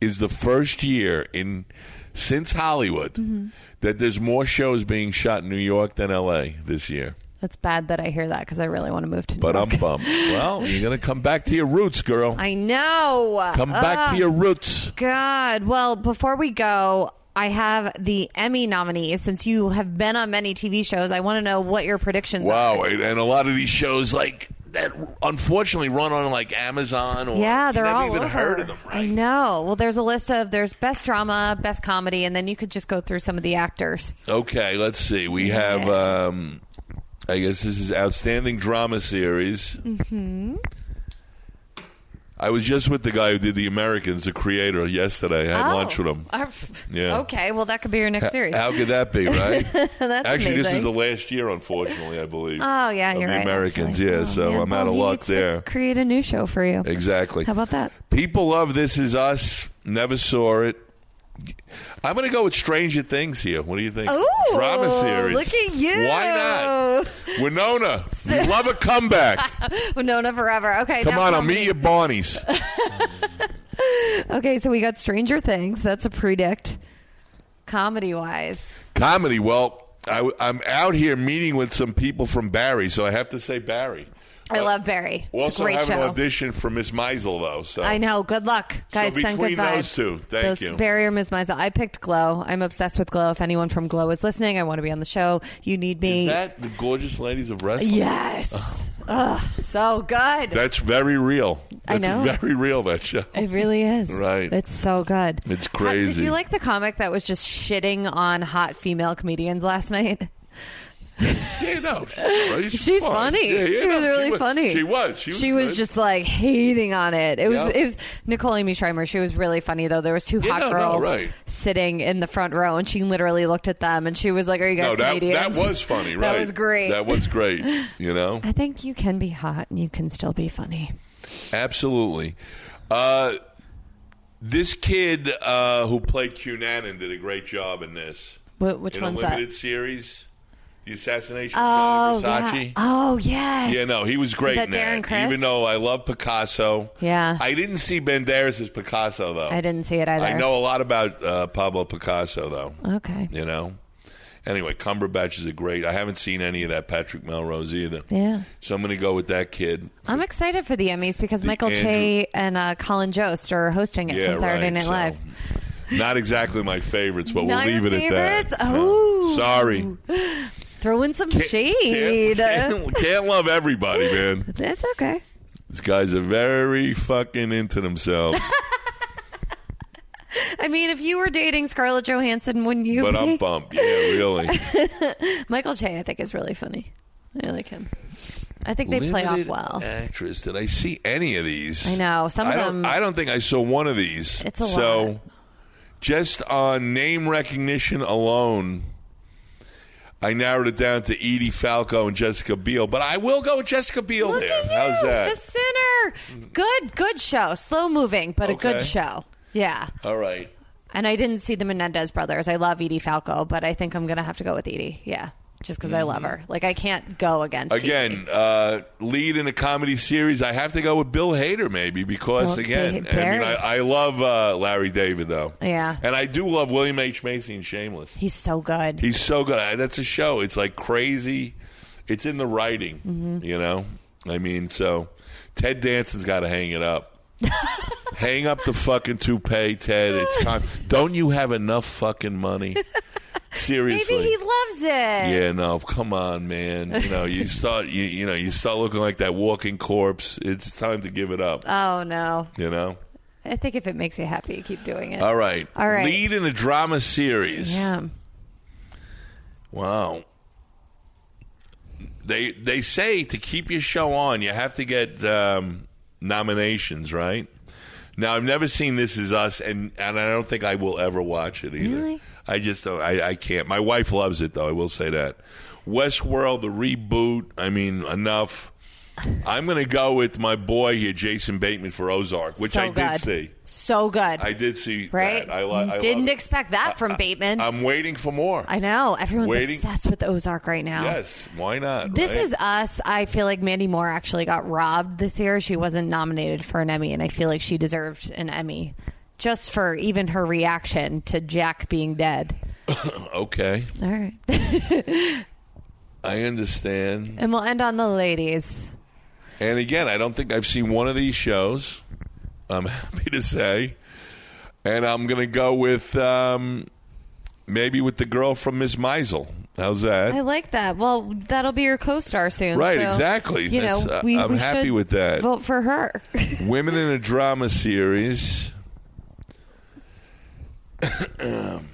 [SPEAKER 3] is the first year in since Hollywood
[SPEAKER 2] Mm-hmm.
[SPEAKER 3] that there's more shows being shot in New York than L.A. this year.
[SPEAKER 2] that's bad that I hear that because I really want to move to. New
[SPEAKER 3] But I'm
[SPEAKER 2] York.
[SPEAKER 3] bummed. well, you're gonna come back to your roots, girl.
[SPEAKER 2] I know.
[SPEAKER 3] Come back
[SPEAKER 2] Ah.
[SPEAKER 3] to your roots.
[SPEAKER 2] God. Well, before we go, I have the Emmy nominees. Since you have been on many TV shows, I want to know what your predictions are.
[SPEAKER 3] Wow, and and a lot of these shows like that unfortunately run on like Amazon or
[SPEAKER 2] Yeah, they're
[SPEAKER 3] you never
[SPEAKER 2] all
[SPEAKER 3] even
[SPEAKER 2] over.
[SPEAKER 3] heard of them,
[SPEAKER 2] I
[SPEAKER 3] right?
[SPEAKER 2] know. Well, there's a list of there's best drama, best comedy, and then you could just go through some of the actors.
[SPEAKER 3] Okay, let's see. We have um I guess this is outstanding drama series. Mm-hmm. I was just with the guy who did The Americans, the creator, yesterday. I had
[SPEAKER 2] Oh.
[SPEAKER 3] lunch with him.
[SPEAKER 2] Uh, f-
[SPEAKER 3] Yeah.
[SPEAKER 2] Okay. Well, that could be your next series.
[SPEAKER 3] How could that be, right?
[SPEAKER 2] That's
[SPEAKER 3] Actually, this is the
[SPEAKER 2] amazing.
[SPEAKER 3] last year, unfortunately, I believe.
[SPEAKER 2] Oh yeah,
[SPEAKER 3] of
[SPEAKER 2] you're
[SPEAKER 3] the
[SPEAKER 2] right.
[SPEAKER 3] Americans,
[SPEAKER 2] actually.
[SPEAKER 3] yeah.
[SPEAKER 2] Oh,
[SPEAKER 3] so
[SPEAKER 2] man.
[SPEAKER 3] I'm
[SPEAKER 2] Well,
[SPEAKER 3] out of
[SPEAKER 2] he
[SPEAKER 3] luck
[SPEAKER 2] needs to
[SPEAKER 3] there.
[SPEAKER 2] create a new show for you.
[SPEAKER 3] Exactly.
[SPEAKER 6] How about that?
[SPEAKER 3] People love This Is Us. Never saw it. I'm going to go with Stranger Things here. What do you think?
[SPEAKER 2] Ooh,
[SPEAKER 3] Drama series.
[SPEAKER 2] look at you.
[SPEAKER 3] Why not? Winona, you love a comeback.
[SPEAKER 2] Winona Forever. Okay.
[SPEAKER 3] Come
[SPEAKER 2] now
[SPEAKER 3] on, I'll
[SPEAKER 2] comedy.
[SPEAKER 3] meet your Barneys.
[SPEAKER 2] Okay, so we got Stranger Things. That's a predict. Comedy wise,
[SPEAKER 3] Comedy. Well, I, am out here meeting with some people from Barry, so I have to say Barry.
[SPEAKER 2] I love Barry.
[SPEAKER 3] We
[SPEAKER 2] It's a
[SPEAKER 3] also
[SPEAKER 2] great
[SPEAKER 3] have an
[SPEAKER 2] show.
[SPEAKER 3] audition for Miss Meisel, though. So
[SPEAKER 2] I know. Good luck, guys. send good
[SPEAKER 3] between
[SPEAKER 2] vibes.
[SPEAKER 3] those two, thank
[SPEAKER 2] those
[SPEAKER 3] you.
[SPEAKER 2] Barry or Ms. Maisel. I picked Glow. I'm obsessed with Glow. If anyone from Glow is listening, I want to be on the show. You need me.
[SPEAKER 3] Is that the gorgeous ladies of wrestling?
[SPEAKER 2] yes. Ugh, so good.
[SPEAKER 3] That's very real.
[SPEAKER 2] I
[SPEAKER 3] That's
[SPEAKER 2] know.
[SPEAKER 3] Very real. That show.
[SPEAKER 2] It really is.
[SPEAKER 3] Right.
[SPEAKER 2] It's so good.
[SPEAKER 3] It's
[SPEAKER 2] How- Did
[SPEAKER 3] crazy.
[SPEAKER 2] you like the comic that was just shitting on hot female comedians last night?
[SPEAKER 3] Yeah, no, she's,
[SPEAKER 2] She's funny.
[SPEAKER 3] Oh, Yeah, yeah,
[SPEAKER 2] she was
[SPEAKER 3] no,
[SPEAKER 2] really
[SPEAKER 3] was-
[SPEAKER 2] funny.
[SPEAKER 3] She was. She was, good.
[SPEAKER 2] just like hating on it. It was.
[SPEAKER 3] Yeah.
[SPEAKER 2] It was Nicole Amy Schreimer. She was really funny though. There was two
[SPEAKER 3] Yeah,
[SPEAKER 2] hot
[SPEAKER 3] no, no,
[SPEAKER 2] girls
[SPEAKER 3] right.
[SPEAKER 2] sitting in the front row, and she literally looked at them, and she was like, "Are you guys
[SPEAKER 3] No, that,
[SPEAKER 2] comedians?"
[SPEAKER 3] that was funny. Right.
[SPEAKER 2] That was great.
[SPEAKER 3] That was great. You know,
[SPEAKER 2] I think you can be hot and you can still be funny.
[SPEAKER 3] absolutely. Uh, this kid uh, who played Cunanan did a great job in this.
[SPEAKER 2] Wh- which
[SPEAKER 3] in
[SPEAKER 2] one's
[SPEAKER 3] a limited
[SPEAKER 2] that?
[SPEAKER 3] series, the assassination
[SPEAKER 2] Oh
[SPEAKER 3] of Gianni
[SPEAKER 2] yeah.
[SPEAKER 3] Versace.
[SPEAKER 2] Oh yes.
[SPEAKER 3] Yeah, no, he was great
[SPEAKER 2] that
[SPEAKER 3] in
[SPEAKER 2] Darren
[SPEAKER 3] that.
[SPEAKER 2] Criss?
[SPEAKER 3] Even though I love Picasso.
[SPEAKER 2] Yeah.
[SPEAKER 3] I didn't see Banderas as Picasso though.
[SPEAKER 2] I didn't see it either.
[SPEAKER 3] I know a lot about uh, Pablo Picasso though.
[SPEAKER 2] Okay.
[SPEAKER 3] you know. Anyway, Cumberbatch is a great. I haven't seen any of that Patrick Melrose either.
[SPEAKER 2] Yeah.
[SPEAKER 3] So I'm going to go with that kid.
[SPEAKER 2] I'm excited for the Emmys because Michael
[SPEAKER 3] Andrew-
[SPEAKER 2] Che and uh, Colin Jost are hosting it
[SPEAKER 3] yeah,
[SPEAKER 2] from Saturday
[SPEAKER 3] right,
[SPEAKER 2] Night
[SPEAKER 3] so-
[SPEAKER 2] Live.
[SPEAKER 3] Not exactly my favorites, but
[SPEAKER 2] Not
[SPEAKER 3] we'll
[SPEAKER 2] your
[SPEAKER 3] leave it at
[SPEAKER 2] favorites?
[SPEAKER 3] that.
[SPEAKER 2] Oh.
[SPEAKER 3] Sorry.
[SPEAKER 2] Throw in some shade.
[SPEAKER 3] Can't, can't- can't love everybody, man.
[SPEAKER 2] That's okay.
[SPEAKER 3] These guys are very fucking into themselves.
[SPEAKER 2] I mean, if you were dating Scarlett Johansson, wouldn't you?
[SPEAKER 3] but
[SPEAKER 2] be?
[SPEAKER 3] I'm bummed. Yeah, really.
[SPEAKER 2] Michael Che, I think, is really funny. I like him. I think they play off
[SPEAKER 3] Limited
[SPEAKER 2] well.
[SPEAKER 3] Actress. Did I see any of these?
[SPEAKER 2] I know. Some of
[SPEAKER 3] I don't,
[SPEAKER 2] them-
[SPEAKER 3] I don't think I saw one of these.
[SPEAKER 2] It's a
[SPEAKER 3] so,
[SPEAKER 2] lot.
[SPEAKER 3] just on name recognition alone, I narrowed it down to Edie Falco and Jessica Biel. But I will go with Jessica Biel
[SPEAKER 2] Look
[SPEAKER 3] there.
[SPEAKER 2] at you,
[SPEAKER 3] How's that?
[SPEAKER 2] The Sinner. Good, good show. Slow moving, but a good
[SPEAKER 3] Okay.
[SPEAKER 2] show. Yeah.
[SPEAKER 3] All right.
[SPEAKER 2] And I didn't see the Menendez brothers. I love Edie Falco, but I think I'm gonna have to go with Edie. Yeah, just because I love her. Like I can't go against Edie.
[SPEAKER 3] Mm-hmm. Again, uh, lead in a comedy series. I have to go with Bill Hader, maybe, because
[SPEAKER 2] Bill
[SPEAKER 3] again,
[SPEAKER 2] Hader.
[SPEAKER 3] I mean, I, I love uh, Larry David though.
[SPEAKER 2] Yeah.
[SPEAKER 3] and I do love William H Macy and Shameless.
[SPEAKER 2] He's so good.
[SPEAKER 3] He's so good. I- That's a show. It's like crazy. It's in the writing,
[SPEAKER 2] Mm-hmm.
[SPEAKER 3] you know. I mean, so Ted Danson's got to hang it up. hang up the fucking toupee, Ted. It's time. Don't you have enough fucking money? Seriously.
[SPEAKER 2] Maybe he loves it.
[SPEAKER 3] yeah, no, come on, man. You know, you start, you, you know, you start looking like that walking corpse. It's time to give it up.
[SPEAKER 2] Oh no.
[SPEAKER 3] You know,
[SPEAKER 7] I think if it makes you happy, keep doing it.
[SPEAKER 3] All right.
[SPEAKER 7] All right.
[SPEAKER 3] Lead in a drama series.
[SPEAKER 2] Yeah.
[SPEAKER 3] Wow. They they say to keep your show on, you have to get um, nominations, right? Now I've never seen This Is Us, and and I don't think I will ever watch it either.
[SPEAKER 7] Really?
[SPEAKER 3] I just don't. I, I can't. My wife loves it though. I will say that. Westworld, the reboot. I mean, enough. I'm going to go with my boy here, Jason Bateman for Ozark, which
[SPEAKER 2] so
[SPEAKER 3] I
[SPEAKER 2] good.
[SPEAKER 3] did see.
[SPEAKER 2] So good.
[SPEAKER 3] I did see.
[SPEAKER 2] right?
[SPEAKER 3] That. I, li- I
[SPEAKER 2] Didn't
[SPEAKER 3] love it.
[SPEAKER 2] expect that from Bateman. I,
[SPEAKER 3] I'm waiting for more.
[SPEAKER 2] know. Everyone's
[SPEAKER 3] Waiting.
[SPEAKER 2] obsessed with Ozark right now.
[SPEAKER 3] Yes, why not?
[SPEAKER 2] This
[SPEAKER 3] right?
[SPEAKER 2] is us. I feel like Mandy Moore actually got robbed this year. She wasn't nominated for an Emmy, and I feel like she deserved an Emmy just for even her reaction to Jack being dead.
[SPEAKER 3] okay.
[SPEAKER 2] All right.
[SPEAKER 3] I understand.
[SPEAKER 2] and we'll end on the ladies.
[SPEAKER 3] And again, I don't think I've seen one of these shows. I'm happy to say, and I'm going to go with um, maybe with the girl from Miss Maisel. How's that?
[SPEAKER 7] I like that. Well, that'll be your co-star soon.
[SPEAKER 3] Right,
[SPEAKER 7] so,
[SPEAKER 3] exactly.
[SPEAKER 7] You know,
[SPEAKER 3] That's- I-
[SPEAKER 7] we,
[SPEAKER 3] I'm
[SPEAKER 7] we
[SPEAKER 3] happy
[SPEAKER 7] should
[SPEAKER 3] with that.
[SPEAKER 7] Vote for her.
[SPEAKER 3] Women in a drama series.
[SPEAKER 2] And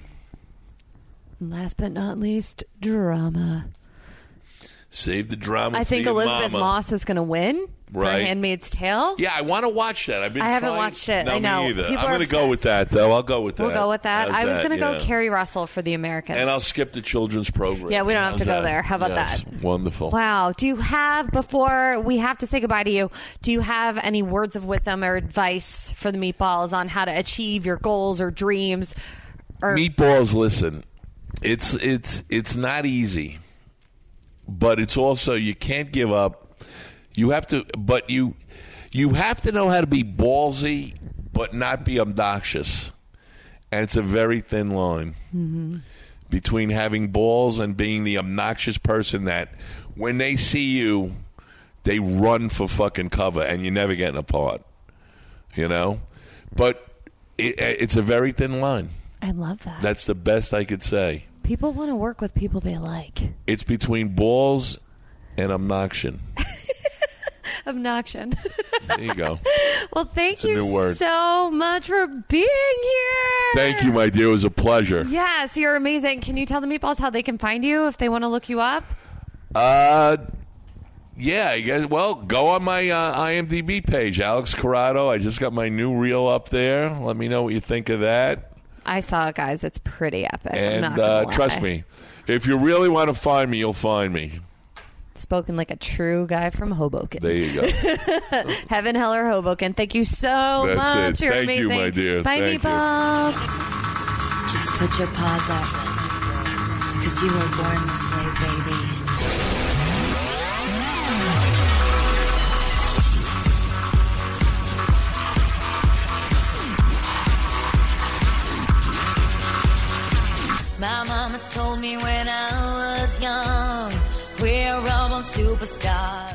[SPEAKER 2] last but not least, drama.
[SPEAKER 3] Save the drama.
[SPEAKER 2] I think
[SPEAKER 3] for your
[SPEAKER 2] Elizabeth
[SPEAKER 3] mama.
[SPEAKER 2] Moss is going to win for
[SPEAKER 3] Right.
[SPEAKER 2] Handmaid's Tale.
[SPEAKER 3] Yeah, I want to watch that. I've been.
[SPEAKER 2] I haven't
[SPEAKER 3] trying-
[SPEAKER 2] watched it.
[SPEAKER 3] No,
[SPEAKER 2] I know.
[SPEAKER 3] Me either.
[SPEAKER 2] People are
[SPEAKER 3] I'm gonna go with that though. I'll go with that.
[SPEAKER 2] We'll go with that.
[SPEAKER 3] How's
[SPEAKER 2] I was going to
[SPEAKER 3] Yeah.
[SPEAKER 2] go Carrie Russell for the Americans.
[SPEAKER 3] And I'll skip the children's program.
[SPEAKER 2] Yeah, we don't have to
[SPEAKER 3] How's
[SPEAKER 2] go
[SPEAKER 3] that?
[SPEAKER 2] there. How about
[SPEAKER 3] Yes,
[SPEAKER 2] that?
[SPEAKER 3] Wonderful.
[SPEAKER 2] Wow. Do you have, before we have to say goodbye to you, do you have any words of wisdom or advice for the meatballs on how to achieve your goals or dreams? Or
[SPEAKER 3] Meatballs, listen. It's it's it's not easy. But it's also you can't give up. You have to but you you have to know how to be ballsy but not be obnoxious. And it's a very thin line. between having balls and being the obnoxious person that when they see you, they run for fucking cover and you're never getting apart. You know? But it, it's a very thin line.
[SPEAKER 2] I love that.
[SPEAKER 3] That's the best I could say.
[SPEAKER 2] People want to work with people they like.
[SPEAKER 3] It's between balls and obnoxion.
[SPEAKER 7] Obnoxion.
[SPEAKER 3] There you go.
[SPEAKER 7] well, thank
[SPEAKER 3] a
[SPEAKER 7] you
[SPEAKER 3] new word.
[SPEAKER 7] so much for being here.
[SPEAKER 3] Thank you, my dear. It was a pleasure.
[SPEAKER 2] Yes, you're amazing. Can you tell the meatballs how they can find you if they want to look you up?
[SPEAKER 3] Uh, yeah, I guess. Well, go on my uh, IMDb page, Alex Corrado. I just got my new reel up there. Let me know what you think of that.
[SPEAKER 2] I saw it, guys. It's pretty epic. I'm not
[SPEAKER 3] And
[SPEAKER 2] gonna
[SPEAKER 3] uh,
[SPEAKER 2] lie.
[SPEAKER 3] trust me, if you really want to find me, you'll find me.
[SPEAKER 2] Spoken like a true guy from Hoboken.
[SPEAKER 3] There you go.
[SPEAKER 2] Heaven, hell, or Hoboken. Thank you so
[SPEAKER 3] That's
[SPEAKER 2] much.
[SPEAKER 3] it.
[SPEAKER 2] You're
[SPEAKER 3] Thank
[SPEAKER 2] amazing.
[SPEAKER 3] you, my dear.
[SPEAKER 2] Bye,
[SPEAKER 3] Thank you.
[SPEAKER 2] meatballs.
[SPEAKER 8] Just put your paws up. Cause you were born this way, baby.
[SPEAKER 9] My mama told me when I was young, we're all on superstar.